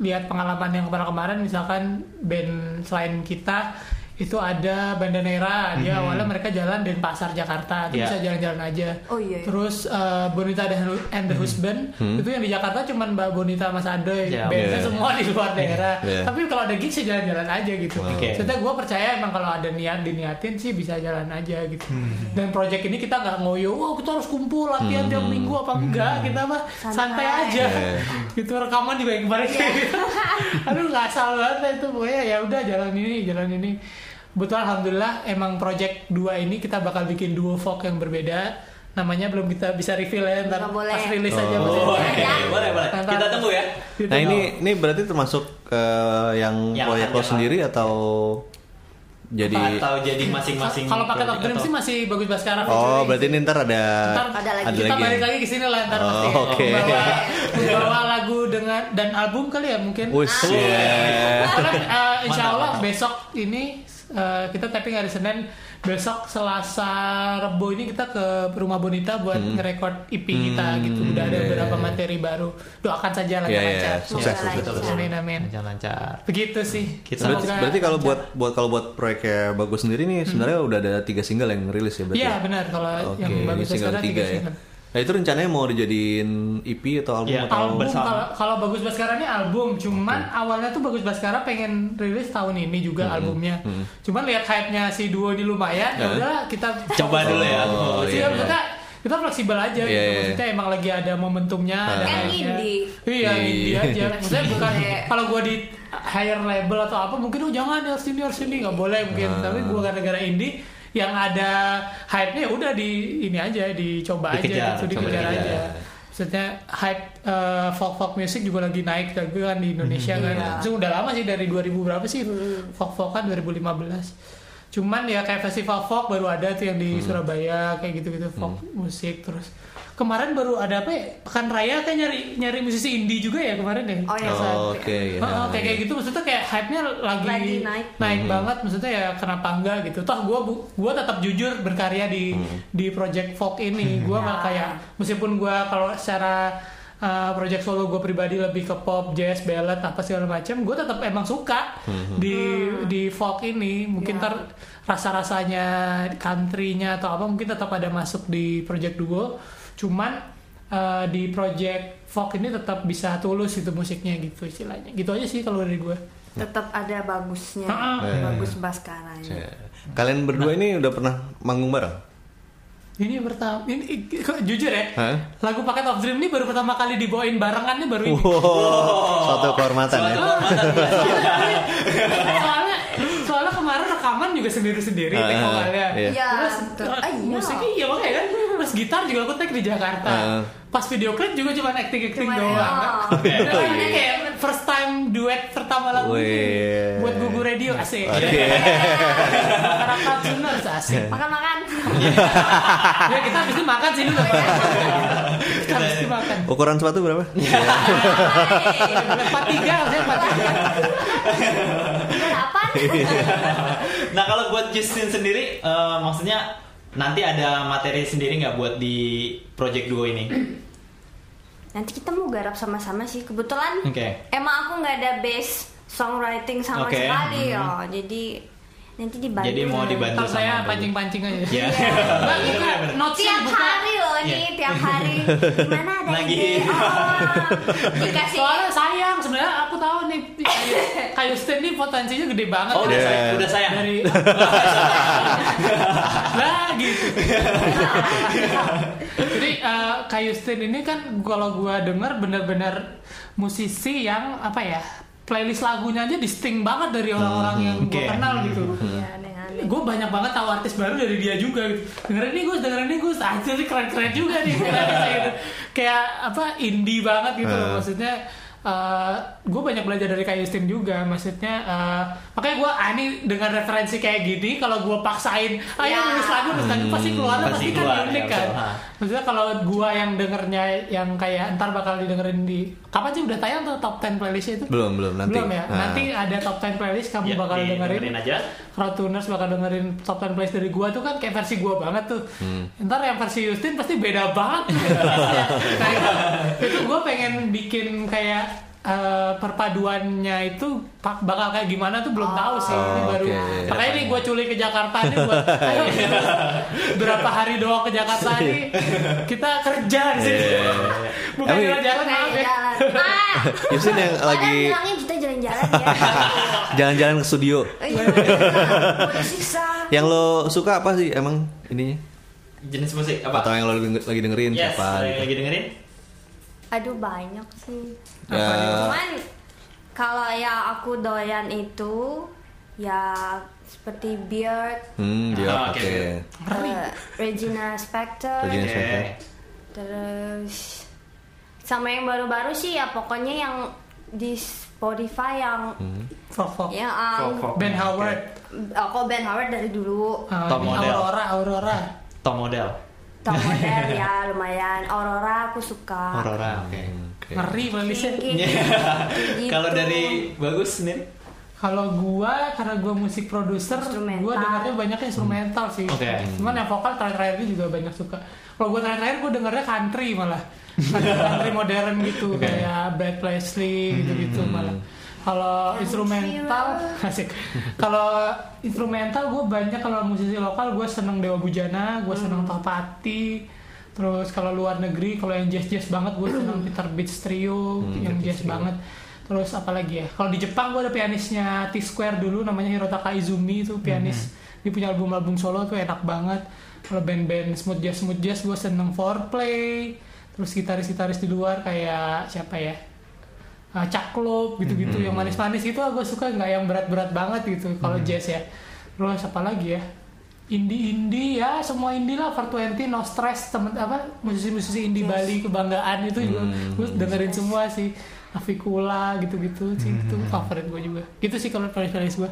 D: lihat pengalaman yang kemarin-kemarin misalkan band selain kita itu ada Bandanera
B: Mhm.
D: dia awalnya mereka jalan dari pasar Jakarta itu
C: Iya.
D: bisa jalan-jalan aja
F: Oh, iya, iya.
D: terus eh, Bonita dan and
B: Mhm.
D: the Husband itu yang di Jakarta cuman Mbak Bonita Mas Ade
C: Ya,
D: bandnya
B: iya.
D: semua di luar daerah
B: Iya.
D: tapi kalau ada gigs ya jalan-jalan aja gitu
C: Oke.
D: Maksudnya gue percaya emang kalau ada niat diniatin sih bisa jalan aja gitu
B: Hmm.
D: dan project ini kita nggak ngoyo wow kita harus kumpul latihan tiap minggu apa enggak kita mah santai,
F: Santai.
D: aja
B: Iya.
D: gitu rekaman juga yang kemarin kayak gitu. aduh nggak asal banget lah itu pokoknya ya udah jalan ini jalan ini betul alhamdulillah emang project dua ini kita bakal bikin duo folk yang berbeda namanya belum kita bisa reveal ya ntar
F: Nggak boleh.
D: pas rilis aja
B: Oh,
D: pasti.
C: Oke, boleh boleh.
D: Tanpa-
C: Kita tunggu ya.
D: Gitu.
B: Nah ini ini berarti termasuk eh, yang
C: Yang
B: proyek
C: akan
B: lo
C: jalan.
B: sendiri atau jadi
C: Atau jadi masing-masing.
D: kalau pakai top dream
C: atau-
D: sih masih bagus banget sekarang
B: Oh, berarti ini ntar ada
D: Ntar
F: Ada lagi.
B: Ada
D: kita
B: lagi.
D: balik lagi ke sini lah ntar
B: Oh,
D: pasti
B: oke.
D: Membawa- membawa lagu dengan dan album kali ya mungkin
B: Wus, ya.
D: Karena, eh, insya
C: Mantap,
D: Allah
C: mantap.
D: besok ini eh, kita tapping hari Senin besok Selasa Rebo ini kita ke rumah Bonita buat ngerekord EP kita gitu udah
B: Hmm.
D: ada
B: iya,
D: beberapa
B: iya.
D: materi baru doakan saja
B: Iya, iya,
D: lancar-lancar
B: sukses,
F: Semoga
B: sukses.
F: lancar.
D: amin amin
C: Lancar-lancar.
D: ya. begitu sih
C: Kita-
B: Berarti,
D: Semoga
B: berarti kalau
D: lancar.
B: buat buat kalau buat proyeknya bagus sendiri nih sebenarnya udah ada tiga single yang rilis ya berarti.
D: Iya benar kalau
B: Oke,
D: yang
B: ini
D: bagus
B: single
D: sekarang
B: tiga
D: tiga
B: ya.
D: single.
B: Nah itu rencananya mau dijadiin EP atau album
C: Iya,
B: atau
D: album
C: bersama.
D: kalau kalau bagus Baskara ini album cuman awalnya tuh bagus Baskara pengen rilis tahun ini juga
B: Hmm,
D: albumnya cuman lihat hype-nya si duo ini lumayan ya
B: Heeh.
D: udahlah kita
C: Coba dulu ya.
B: Oh,
D: Maksudnya
B: iya,
D: kita kita fleksibel
B: Iya,
D: aja gitu
B: iya.
D: maksudnya emang lagi ada momentumnya ada
F: Kan
D: hype-nya.
F: indie.
D: iya
B: Iya.
D: indie aja maksudnya bukan
F: Iya.
D: kalau gua di hire label atau apa mungkin oh jangan harus ini harus ini nggak boleh mungkin
B: Ah.
D: tapi gua gara-gara indie yang ada hype-nya ya udah di ini aja dicoba
C: Dikejar,
D: aja gitu
C: coba
D: dikejar
C: dikejar.
D: aja Maksudnya hype eh, folk folk music juga lagi naik tapi kan di Indonesia kan.
F: Iya. Hmm.
D: Itu udah lama sih dari 2000 berapa sih folk folk kan 2015. Cuman ya kayak festival folk baru ada tuh yang di
F: Hmm.
D: Surabaya kayak gitu-gitu folk musik terus. Kemarin baru ada apa ya? Pekan Raya kayak nyari nyari musisi indie juga ya kemarin ya.
F: Oh, iya.
D: Perasaan.
B: Oh, Oke. iya.
D: Heeh, kayak kayak gitu maksudnya kayak hype-nya lagi,
F: Lagi naik.
D: banget maksudnya ya kenapa enggak gitu. Toh gua bu- gua tetap jujur berkarya di di project folk ini. Gua nggak kayak meskipun gua kalau secara uh, project solo gua pribadi lebih ke pop, jazz, ballad apa segala macam, gua tetap emang suka di di folk ini. Mungkin
F: Ya.
D: ter rasa-rasanya country-nya atau apa mungkin tetap ada masuk di project duo. Cuman Uh, di project folk ini tetap bisa tulus itu musiknya gitu istilahnya gitu aja sih kalau dari gue
F: Tetap ada bagusnya.
D: Ah,
F: Bagus Baskaranya.
B: Iya. Kalian berdua ini udah pernah manggung bareng?
D: ini pertama ini i- kok jujur ya
B: Hah?
D: lagu paket of dream ini baru pertama kali dibawain barengan nih baru ini
B: Wow, suatu kehormatan ya.
D: soalnya soalnya kemarin rekaman juga sendiri sendiri
B: Ah,
D: take
B: ah,
D: vokalnya
B: iya.
F: Iya,
D: terus
F: betul.
D: eh,
F: Ah, iya.
D: musiknya iya makanya kan terus gitar juga aku take di Jakarta
B: Ah.
D: pas video klip juga cuma acting
F: Cuman,
D: acting gitu doang
F: oh.
D: Nah, ini kayak first time duet pertama lagu
B: iya. Wih.
D: ini buat gugur radio asik
B: Oke.
D: Masyarakat Suners asik
F: Iya. Makan-makan.
D: Iya. ya kita habis ini makan sini loh kita habis ini makan
B: Ukuran sepatu berapa?
F: Iya.
D: empat tiga saya empat tiga
F: Apa?
C: nah kalau buat Justin sendiri eh, maksudnya nanti ada materi sendiri nggak buat di project duo ini
F: Nanti kita mau garap sama-sama sih. Kebetulan
C: Oke.
F: emang aku nggak ada base songwriting sama
C: Oke.
F: sekali ya. Jadi nanti dibantu.
C: Jadi mau dibantu
D: Ntar
C: sama
D: saya
C: Bang.
D: pancing pancing aja
C: ya
D: Iya. Nggak, nggak, notesnya
F: Tiap
D: buka
F: hari loh nih tiap hari gimana ada
C: Lagi.
F: ide oh, dikasih
D: Soalnya sayang sebenarnya aku tahu nih kayu, kayu stand nih potensinya gede banget.
C: Oh, udah
B: Iya.
C: sayang, udah sayang.
D: Dari nah gitu. Jadi eh, kayu stand ini kan kalau gua denger bener-bener musisi yang apa ya playlist lagunya aja distinct banget dari orang-orang yang gua
C: Oke. Hmm.
D: kenal gitu.
F: Iya, aneh-aneh.
D: Gue banyak banget tahu artis baru dari dia juga gitu. Dengerin nih Gus, dengerin nih Gus. Ah, jadi keren-keren juga nih. Gitu. Kayak apa indie banget gitu
C: Eh.
D: loh. Maksudnya gue banyak belajar dari Kak Justin juga. Maksudnya eh, makanya gue ani dengan referensi kayak gini kalau gue paksain ayo
F: Ya.
D: nulis lagu nulis lagu pasti keluar
C: Pasti
D: pasti kan
C: keluar, ya,
D: unik kan.
C: betul. Ha.
D: Maksudnya kalau gue yang dengernya yang kayak ntar bakal didengerin di kapan sih udah tayang tuh top 10 playlist itu?
B: Belum, belum, nanti.
D: Belum ya.
B: Ah.
D: Nanti ada top 10 playlist kamu
C: Ya,
D: bakal
C: di-
D: dengerin.
C: dengerin aja.
D: Crowdtuners bakal dengerin top 10 playlist dari gua tuh kan kayak versi gua banget tuh.
B: Hmm.
D: Ntar yang versi Justin pasti beda banget. nah, itu, itu gua pengen bikin kayak eh, perpaduannya itu pa- bakal kayak gimana tuh belum tahu sih ini baru.
B: Oh, Oke. iya,
D: Makanya ini gua culik ke Jakarta nih buat ayo, berapa hari doang ke Jakarta nih kita kerja di sini.
B: Iya,
D: Bukan
B: Tapi-
D: jalan-jalan
F: Kayak
D: maaf ya.
F: jalan ah
B: Yusin yang
F: Padahal
B: lagi-
F: bilangnya kita jalan-jalan
B: Jalan-jalan Ah, ke studio.
F: ya Iya, boleh siksa
B: Yang lo suka apa sih emang ininya?
C: Jenis musik
B: Atau
C: apa?
B: yang lo lagi lagi dengerin
C: Yes, iya,
B: siapa?
C: lagi,
B: gitu?
C: lagi dengerin.
F: aduh banyak sih
B: Ya,
F: cuman kalau ya aku doyan itu ya seperti Beard
B: hmm, dia
C: Ah,
B: oke.
C: oke.
F: eh, Regina Spektor
B: Regina- Jenis
C: Oke.
B: musik.
F: terus sama yang baru-baru sih ya pokoknya yang di Spotify yang
D: Fok-fok.
F: yang um,
C: Folk, folk.
D: Ben Howard.
F: oh, kok Ben Howard dari dulu
D: Ah,
C: Top
D: ini
C: model.
D: Aurora, Aurora.
C: Tom Model.
F: Tom modern ya lumayan Aurora aku
D: Ah.
F: suka
C: Aurora, oke.
B: Oke.
D: Ngeri playlistnya.
F: Kayak gitu.
C: Kalau dari bagus nih.
D: Kalau gua karena gua musik produser,
F: Instrumental.
D: gua dengarnya banyak instrumental sih.
C: Oke.
D: Cuman yang vokal terakhir-terakhir ini juga banyak suka. Kalau gua terakhir-terakhir gua dengarnya country malah. country modern gitu kayak Brad Paisley gitu-gitu malah. Kalau instrumental asik. Kalau instrumental gua banyak kalau musisi lokal gua seneng Dewa Bujana, gua seneng Topati. Terus kalau luar negeri kalau yang jazz-jazz banget gua seneng Peter Beats Trio yang jazz banget. Terus apalagi ya? Kalau di Jepang gue ada pianisnya T Square dulu namanya Hirotaka Izumi itu pianis. Dia punya album-album solo tuh enak banget. Kalau band-band smooth jazz smooth jazz gue seneng foreplay. Terus gitaris-gitaris di luar kayak siapa ya? Ah, Caklop gitu-gitu
C: Mm-hmm.
D: yang manis-manis itu gue suka nggak yang berat-berat banget gitu kalau
C: Mm-hmm.
D: jazz ya. Terus apalagi ya? Indie-indie ya semua indie lah 420 No Stress temen apa musisi-musisi indie Bali kebanggaan itu juga
C: Mm-hmm.
D: gue dengerin semua sih Avikula gitu-gitu sih itu
C: Mm-hmm.
D: favorit gue juga gitu sih kalau playlist gue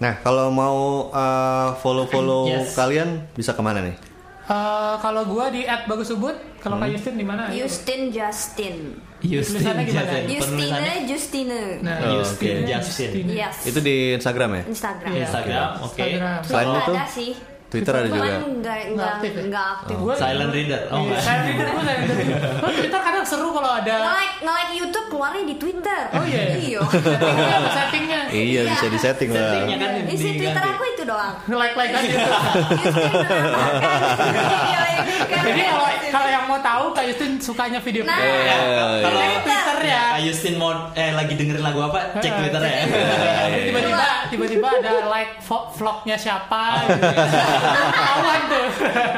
B: Nah, kalau mau eh, follow-follow
C: Yes.
B: kalian bisa kemana nih?
D: Eh kalau gue di at bagus ubud kalau
C: Mm-hmm.
D: Kak Justin di mana
F: Justin Justin
D: Tulisannya gimana?
C: Penulisannya?
F: Justine Justine
D: nah
B: Oh,
C: Justin,
B: oke.
C: Justin.
F: yes
B: Itu di Instagram ya?
F: Instagram
D: Iya.
C: Instagram, oke.
D: Instagram
B: Selain
F: Twitter
B: itu?
F: ada sih
B: Twitter ada juga.
F: cuman nggak
D: Nggak
F: nggak
D: aktif ya?
F: nggak aktif
D: Gua-
C: Silent reader. Oh,
D: Iya,
C: enggak.
D: silent reader gue silent reader Gua Twitter kadang seru kalau ada
F: nge-like nge-like YouTube keluarnya di Twitter
D: Oh, iya.
F: Iya.
D: settingnya ada settingnya
B: Iya, bisa di setting
C: Settingnya
D: Iya
F: ya.
B: lah.
C: kan
F: isi
C: diganti.
F: Twitter aku itu doang
D: like like aja
B: Iya,
D: jadi
F: Jadi
D: kalau kalau yang mau tahu Kak Justin sukanya video
F: Nah.
B: Eh,
C: Ya, Kalau
D: Cek Twitter ya
C: Kak Justin mau eh lagi dengerin lagu apa? Cek Twitter ya.
D: Jadi tiba-tiba
F: Iya.
D: tiba-tiba ada like vo- vlognya siapa gitu. Ketahuan tuh.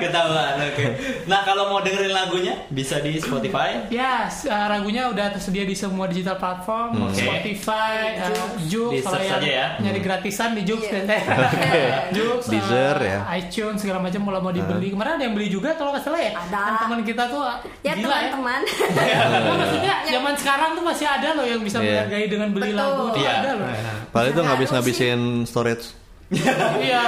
C: Ketahuan, oke. Nah, kalau mau dengerin lagunya bisa di Spotify.
D: Ya, s- uh, ragunya udah tersedia di semua digital platform,
C: Hmm. Oke.
D: Spotify, uh,
C: Di
D: Joox, kalau
C: search
D: yang
C: aja ya.
D: nyari gratisan di Joox
F: Iya.
D: deh. Joox, uh,
B: Deezer ya.
D: iTunes segala macam mulai mau
C: Hmm.
D: dibeli. Kemarin ada yang beli juga kalau nggak salah ya.
F: Ada.
D: Kan Teman kita tuh uh,
F: ya
B: Iya.
D: gila ya.
F: teman-teman
C: Iya.
D: Nah,
F: Iya,
D: maksudnya zaman sekarang tuh masih ada loh yang bisa
B: Iya.
D: menghargai dengan beli
F: Betul.
D: lagu tuh
C: Iya.
D: ada loh.
B: Nah, Padahal itu ngabis-ngabisin storage.
D: Iya.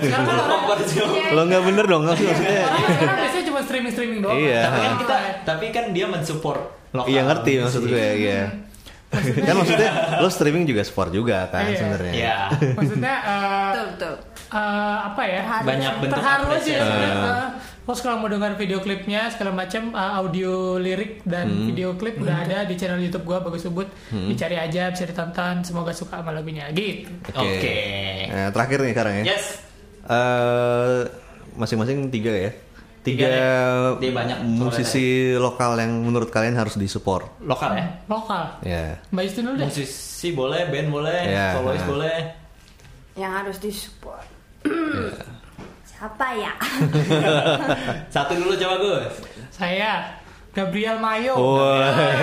D: Sekarang kan orang
C: Kompor juga.
B: Lo nggak bener dong, nggak sih? maksudnya.
D: orang sekarang biasanya cuma streaming streaming doang.
B: Iya.
D: Tapi kan kita
C: Tapi kan dia mensupport lokal.
B: Iya ngerti
C: musik.
B: maksud gue, iya. Kan maksudnya lo streaming juga support juga kan
D: Iya.
B: sebenarnya.
C: Iya.
D: maksudnya eh,
F: betul betul
D: eh, apa ya?
F: Terharu.
C: Banyak bentuk
D: Terharu aja ya.
C: apresiasi. Iya.
D: sebenarnya. Eh, Terus kalau mau dengar video klipnya segala macam eh, audio lirik dan
C: Hmm.
D: video klip
F: Hmm.
D: udah ada di channel YouTube gua bagus sebut. Dicari aja bisa ditonton. Semoga suka sama lagunya gitu.
B: Oke.
C: Oke.
B: Nah, terakhir nih sekarang ya.
C: Yes.
B: Eh, masing-masing tiga ya. tiga
C: Tiga deh. Dia banyak
B: musisi lokal yang menurut kalian harus disupport
C: lokal ya
D: lokal
B: ya
D: Mbak Justin udah
C: musisi boleh band boleh
B: Iya,
C: solois
B: nah.
C: boleh
F: yang harus disupport
B: Iya.
F: siapa ya
C: satu dulu coba Gus
D: saya Gabriel Mayo
C: Oh,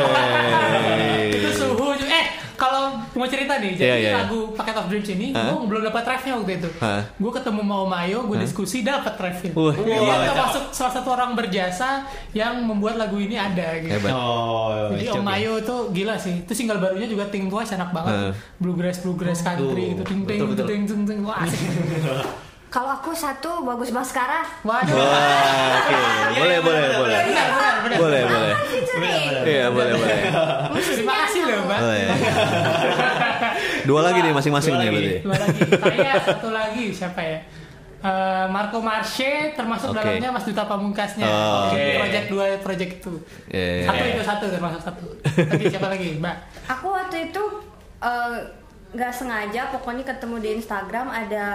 B: Woi.
D: itu suhu juga. eh kalau mau cerita nih jadi
B: Iya, iya, iya.
D: lagu Packet of Dreams ini
B: Hah?
D: gue belum dapat tracknya waktu itu
B: Hah?
D: gue ketemu mau Mayo gue diskusi dapat tracknya
B: Wah,
D: dia termasuk salah satu orang berjasa yang membuat lagu ini ada gitu
B: hebat ya.
C: oh
D: Jadi Om
C: cocok.
D: Mayo tuh gila sih. Itu single barunya juga Ting Twice enak banget.
B: Heeh.
D: Bluegrass bluegrass country gitu. Ting ting
C: betul, betul.
D: ting ting ting. Wah. asik.
F: kalau aku satu bagus maskara
D: Waduh.
B: Wah,
F: Iya,
B: oke boleh boleh boleh
D: Benar, benar, benar.
B: boleh boleh
F: Featuring.
B: iya boleh boleh
D: Terima kasih loh, Mbak.
B: boleh dua lagi nih masing-masing
C: Dua
B: nih
C: lagi.
B: berarti
D: Dua lagi. Saya satu lagi siapa ya? Eh, Marco Marche termasuk
B: Oke.
D: dalamnya Mas Duta Pamungkasnya.
B: Oh,
C: oke.
D: Jadi Project dua project itu.
B: Iya, iya,
D: Satu
C: iya.
D: itu satu termasuk satu. Lagi siapa lagi, Mbak?
F: aku waktu itu eh, nggak sengaja pokoknya ketemu di Instagram ada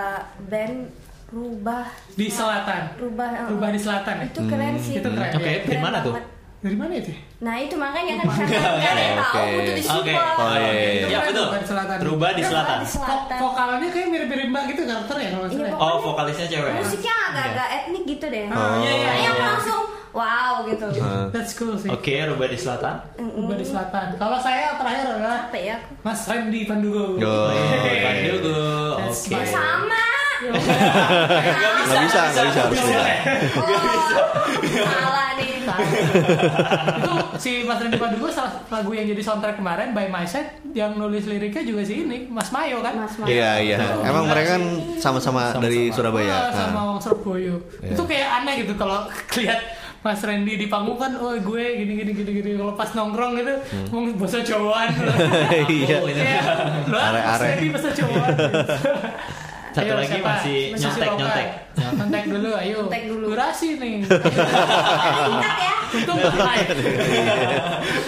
F: band rubah
D: Di selatan.
F: rubah eh,
D: Rubah di selatan ya.
F: itu keren
B: Hmm.
F: sih
D: Itu keren.
C: Oke, dari mana tuh?
F: banget.
D: Dari mana itu?
F: nah itu makanya kan karena nggak ada yang tahu
B: Oke.
F: butuh disupport
C: Oke,
B: Oh, iya, iya, iya.
C: ya betul.
D: Di selatan.
C: Rubah di selatan.
F: Rubah di
D: Kok
F: selatan.
D: vokalnya kayak mirip-mirip Mbak gitu karakter ya kalau nggak
F: Iya,
D: salah.
C: Oh, vokalisnya cewek.
F: musiknya agak-agak
B: Iya.
F: etnik gitu deh
D: Oh, iya, iya,
F: Nah, yang
D: iya.
F: langsung wow gitu
B: Heeh.
D: That's cool sih.
C: Oke, Rubah di Selatan.
D: Rubah di selatan. Kalau saya terakhir adalah
F: apa ya aku
D: Mas Randy Pandugo.
B: Yo.
D: Hehehe.
C: Pandugo.
D: That's
C: Oke.
D: my son.
F: sama
B: Iya. nggak bisa nggak bisa harus
C: Bisa.
B: beda
F: oh, salah nih
D: Itu si Mas Randy Pandugo salah satu lagu yang jadi soundtrack kemarin by my side yang nulis liriknya juga si ini Mas Mayo kan.
F: mas Mario
B: iya iya emang mereka kan sama-sama dari Surabaya
D: Ah, sama
B: Nah.
D: Wong Serboyo.
B: Iya.
D: Itu kayak aneh gitu kalau lihat Mas Randy di panggung kan, oh gue gini gini gini gini. Kalau pas nongkrong gitu, ngomong bahasa Jawaan.
B: Hmm. iya
C: Oh, ini.
D: Kayak, "Lah,
B: Are-are.
D: Mas Randy bahasa Jawaan.
C: Satu
D: Ayo,
C: lagi
D: siapa?
C: masih
D: Masih
C: nyontek
D: lokal.
C: nyontek.
D: Nyontek dulu, ayo.
F: Nyontek dulu.
D: Durasi nih.
F: tingkat ya
D: Untung nggak naik.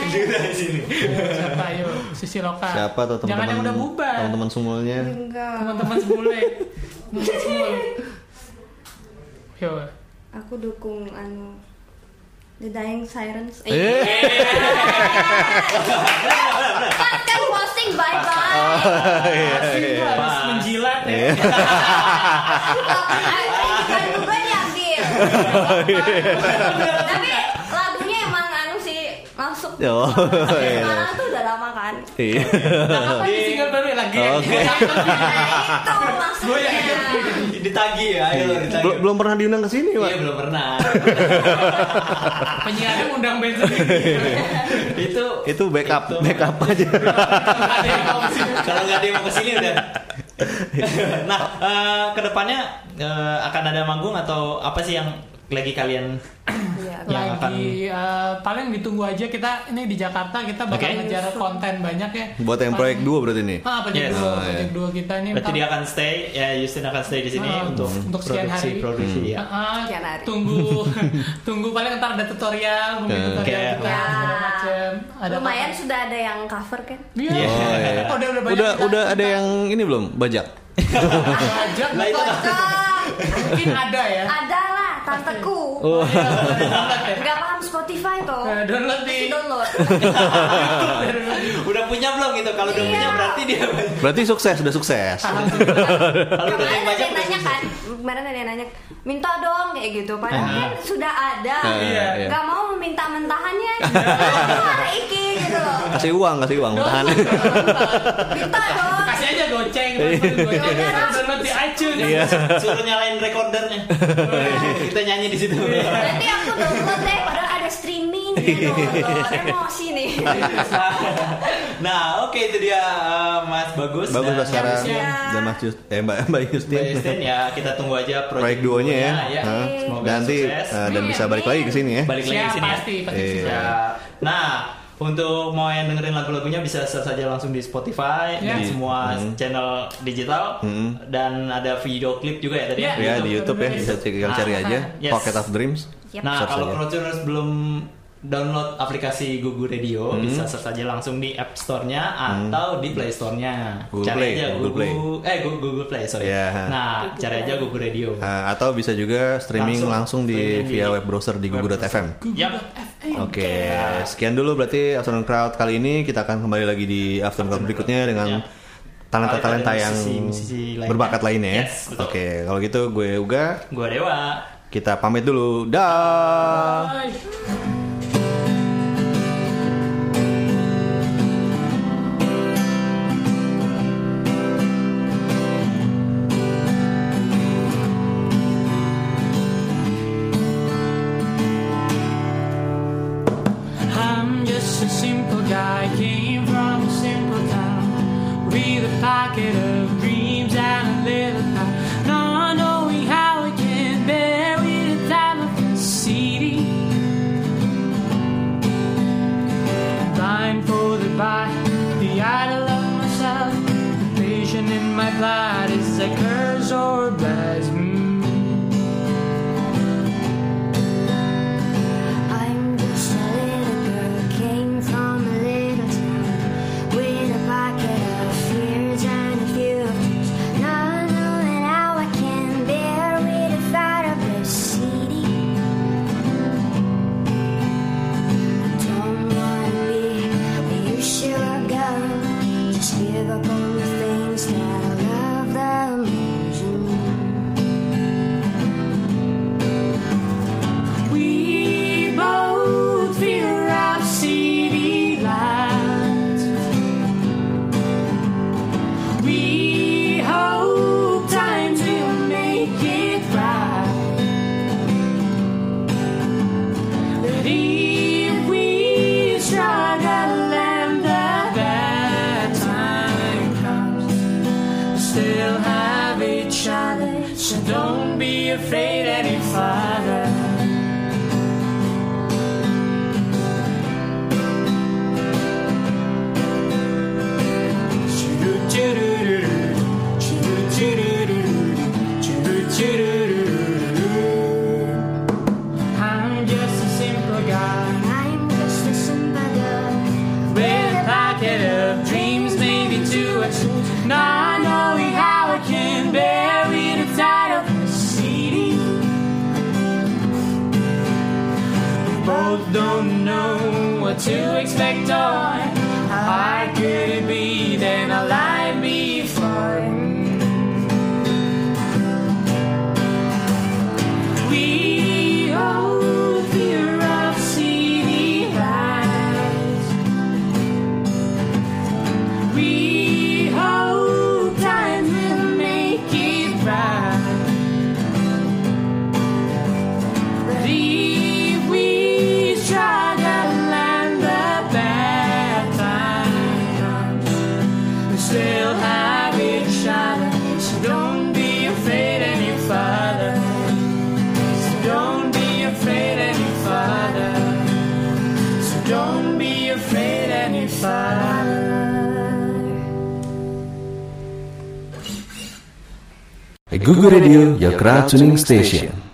C: Juga di sini.
D: Siapa ayo? Sisi lokal.
B: Iya. siapa tuh
D: Jangan yang
B: teman-teman
D: udah bubar.
B: teman-teman semuanya
F: enggak
D: Teman-teman semule. Teman-teman semule.
B: Iya,
D: Yo.
F: aku dukung anu The Dying Sirens
B: Eh.
F: Kan kan posting bye bye
B: iya.
D: Asli harus
C: Pas. Iya.
D: menjilat ya.
F: bukan juga diambil tapi lagunya emang anu sih masuk
B: Oh, iya.
F: sekarang tuh udah lama kan
B: Iya.
D: Nah, apa ini single baru ya lagi?
B: Oke.
F: Nah, itu
D: ya.
F: maksudnya
C: Ditagi ya, ayo ditagi.
B: Bel- Iya. belum pernah diundang ke sini pak
C: Iya, belum pernah.
D: Penyiarnya undang band sendiri.
C: Itu
B: itu backup
C: Itu-
B: backup aja
D: Nggak ada yang mau kesini.
C: kalau nggak ada yang mau kesini udah. Nah, eh, kedepannya eh, akan ada manggung atau apa sih yang lagi kalian? Yang akan-
D: Iya, lagi eh, paling ditunggu aja kita ini di Jakarta kita bakal
C: Iya, Oke.
D: ngejar konten banyak ya
B: buat yang proyek dua berarti nih
D: ah project
C: Yes.
D: dua
B: Oh, iya.
D: project dua kita ini
C: Berarti
D: ntar-
C: dia akan stay, ya Justin akan stay di sini
D: Ah,
C: untuk,
D: untuk sekian hari.
C: produksi produksi ya.
D: Ah,
F: Sekian hari.
D: tunggu tunggu paling ntar ada tutorial mungkin
B: Oke.
D: tutorial kita
F: Ya.
D: segala macem ada
F: lumayan sudah ada yang cover kan
D: Iya.
C: Iya.
B: Oh, iya.
D: Oh, udah udah banyak
B: udah,
D: kita-
B: udah ada
D: kita
B: yang ini belum bajak
D: ajak
C: Lah, itu
D: atau
C: nggak-
F: Nah,
D: mungkin ada ya
F: ada lah tanteku
B: oh
F: nggak paham Spotify tuh
D: Nah, download
F: Pasti
D: di
F: download
C: Udah punya belum gitu? Kalau udah punya
F: Iya.
C: berarti dia
B: berarti sukses udah sukses
C: kalau udah
F: kemarin ada
C: yang banyak
F: yang nanya kan kemarin ada yang nanya minta dong kayak gitu padahal kan sudah ada
B: Ah, iya, iya.
F: nggak mau meminta mentahannya Aduh, ada iki gitu loh
B: kasih uang kasih uang bertahan
F: minta dong
D: kasih aja goceng teman-teman goceng download di iTunes
C: Iya. suruh nyalain recordernya. Kita nyanyi di situ.
F: nanti aku download deh padahal ada streaming
B: Iya.
F: gitu loh emosi nih
C: nah, oke itu dia eh, Mas Bagus.
B: bagus
C: dan
B: lah sekarang
C: Justin.
B: dan Mas Just eh mbak mbak Justin
C: Mbak Justin ya kita tunggu aja
B: proyek duonya ya, Hah.
C: Semoga
B: nanti
C: sukses.
B: eh, dan bisa balik lagi ke sini ya
C: Balik lagi
D: Siap,
C: ke sini. ya.
D: pasti pasti
B: Iya.
D: bisa.
C: Ya. Nah, untuk mau yang dengerin lagu-lagunya bisa search aja langsung di Spotify
D: Ya.
C: dan
F: Iya.
C: semua channel digital
B: Hmm. Iya,
C: dan ada video klip juga ya tadi. ya?
D: Ya.
B: ya di YouTube ya bisa cek-
C: Ah,
B: cari aja
C: yes.
B: Pocket of Dreams
F: Yep.
C: Nah,
B: Search
C: kalau
B: aja.
C: Crowdtuners belum download aplikasi Google Radio
B: Hmm.
C: bisa search aja langsung di App Store-nya atau di Play Store-nya.
B: Google
C: cari
B: Play,
C: aja
B: Google
C: Google, eh Google, Google Play sorry.
B: Ya.
C: Nah, cari aja Google Radio.
B: Ah, atau bisa juga streaming langsung,
C: Langsung.
B: di
C: Streaming di
B: via web browser di google.fm.
C: Yap.
B: Oke, sekian dulu berarti Afternoon Crowd kali ini kita akan kembali lagi di Afternoon Crowd berikutnya dengan
C: Ya.
B: talenta-talenta
C: Ada
B: yang
C: musisi-musisi lainnya.
B: berbakat lainnya ya.
C: Yes, betul.
B: Oke, kalau gitu gue Uga,
C: Gua Dewa.
B: kita pamit dulu. Dah.
H: Bye.
D: I'm just a simple guy, came from a simple town. With a pocket of dreams and a little pie. Not knowing how I can bury the time of the city. Blindfolded by the idol of myself. The vision in my blood is a curse or a blessing.
F: I'm just a little girl, came from a little town with a pocket of fears and a few of dreams. Not knowing how I can bear with the thought of the city. I don't wanna be a usual girl, just give up on the things that I love the most.
D: We both fear our city lights. We hope times will make it right. But if we struggle and the bad time comes, we still have each other. So don't be afraid any farther. I'm just a simple guy
F: I'm just a simple girl.
D: with a pocket of dreams, maybe two or two. Not knowing how I can bury the tide of the city. We both don't know what to expect or how hard could it be than a life before. We all fear of city lights. We hope time will make it right. But if we struggle and the bad time comes, we still have each other. So don't be afraid any further. So don't be afraid any further. So don't be afraid any further.
B: Google Radio, your crowd tuning station.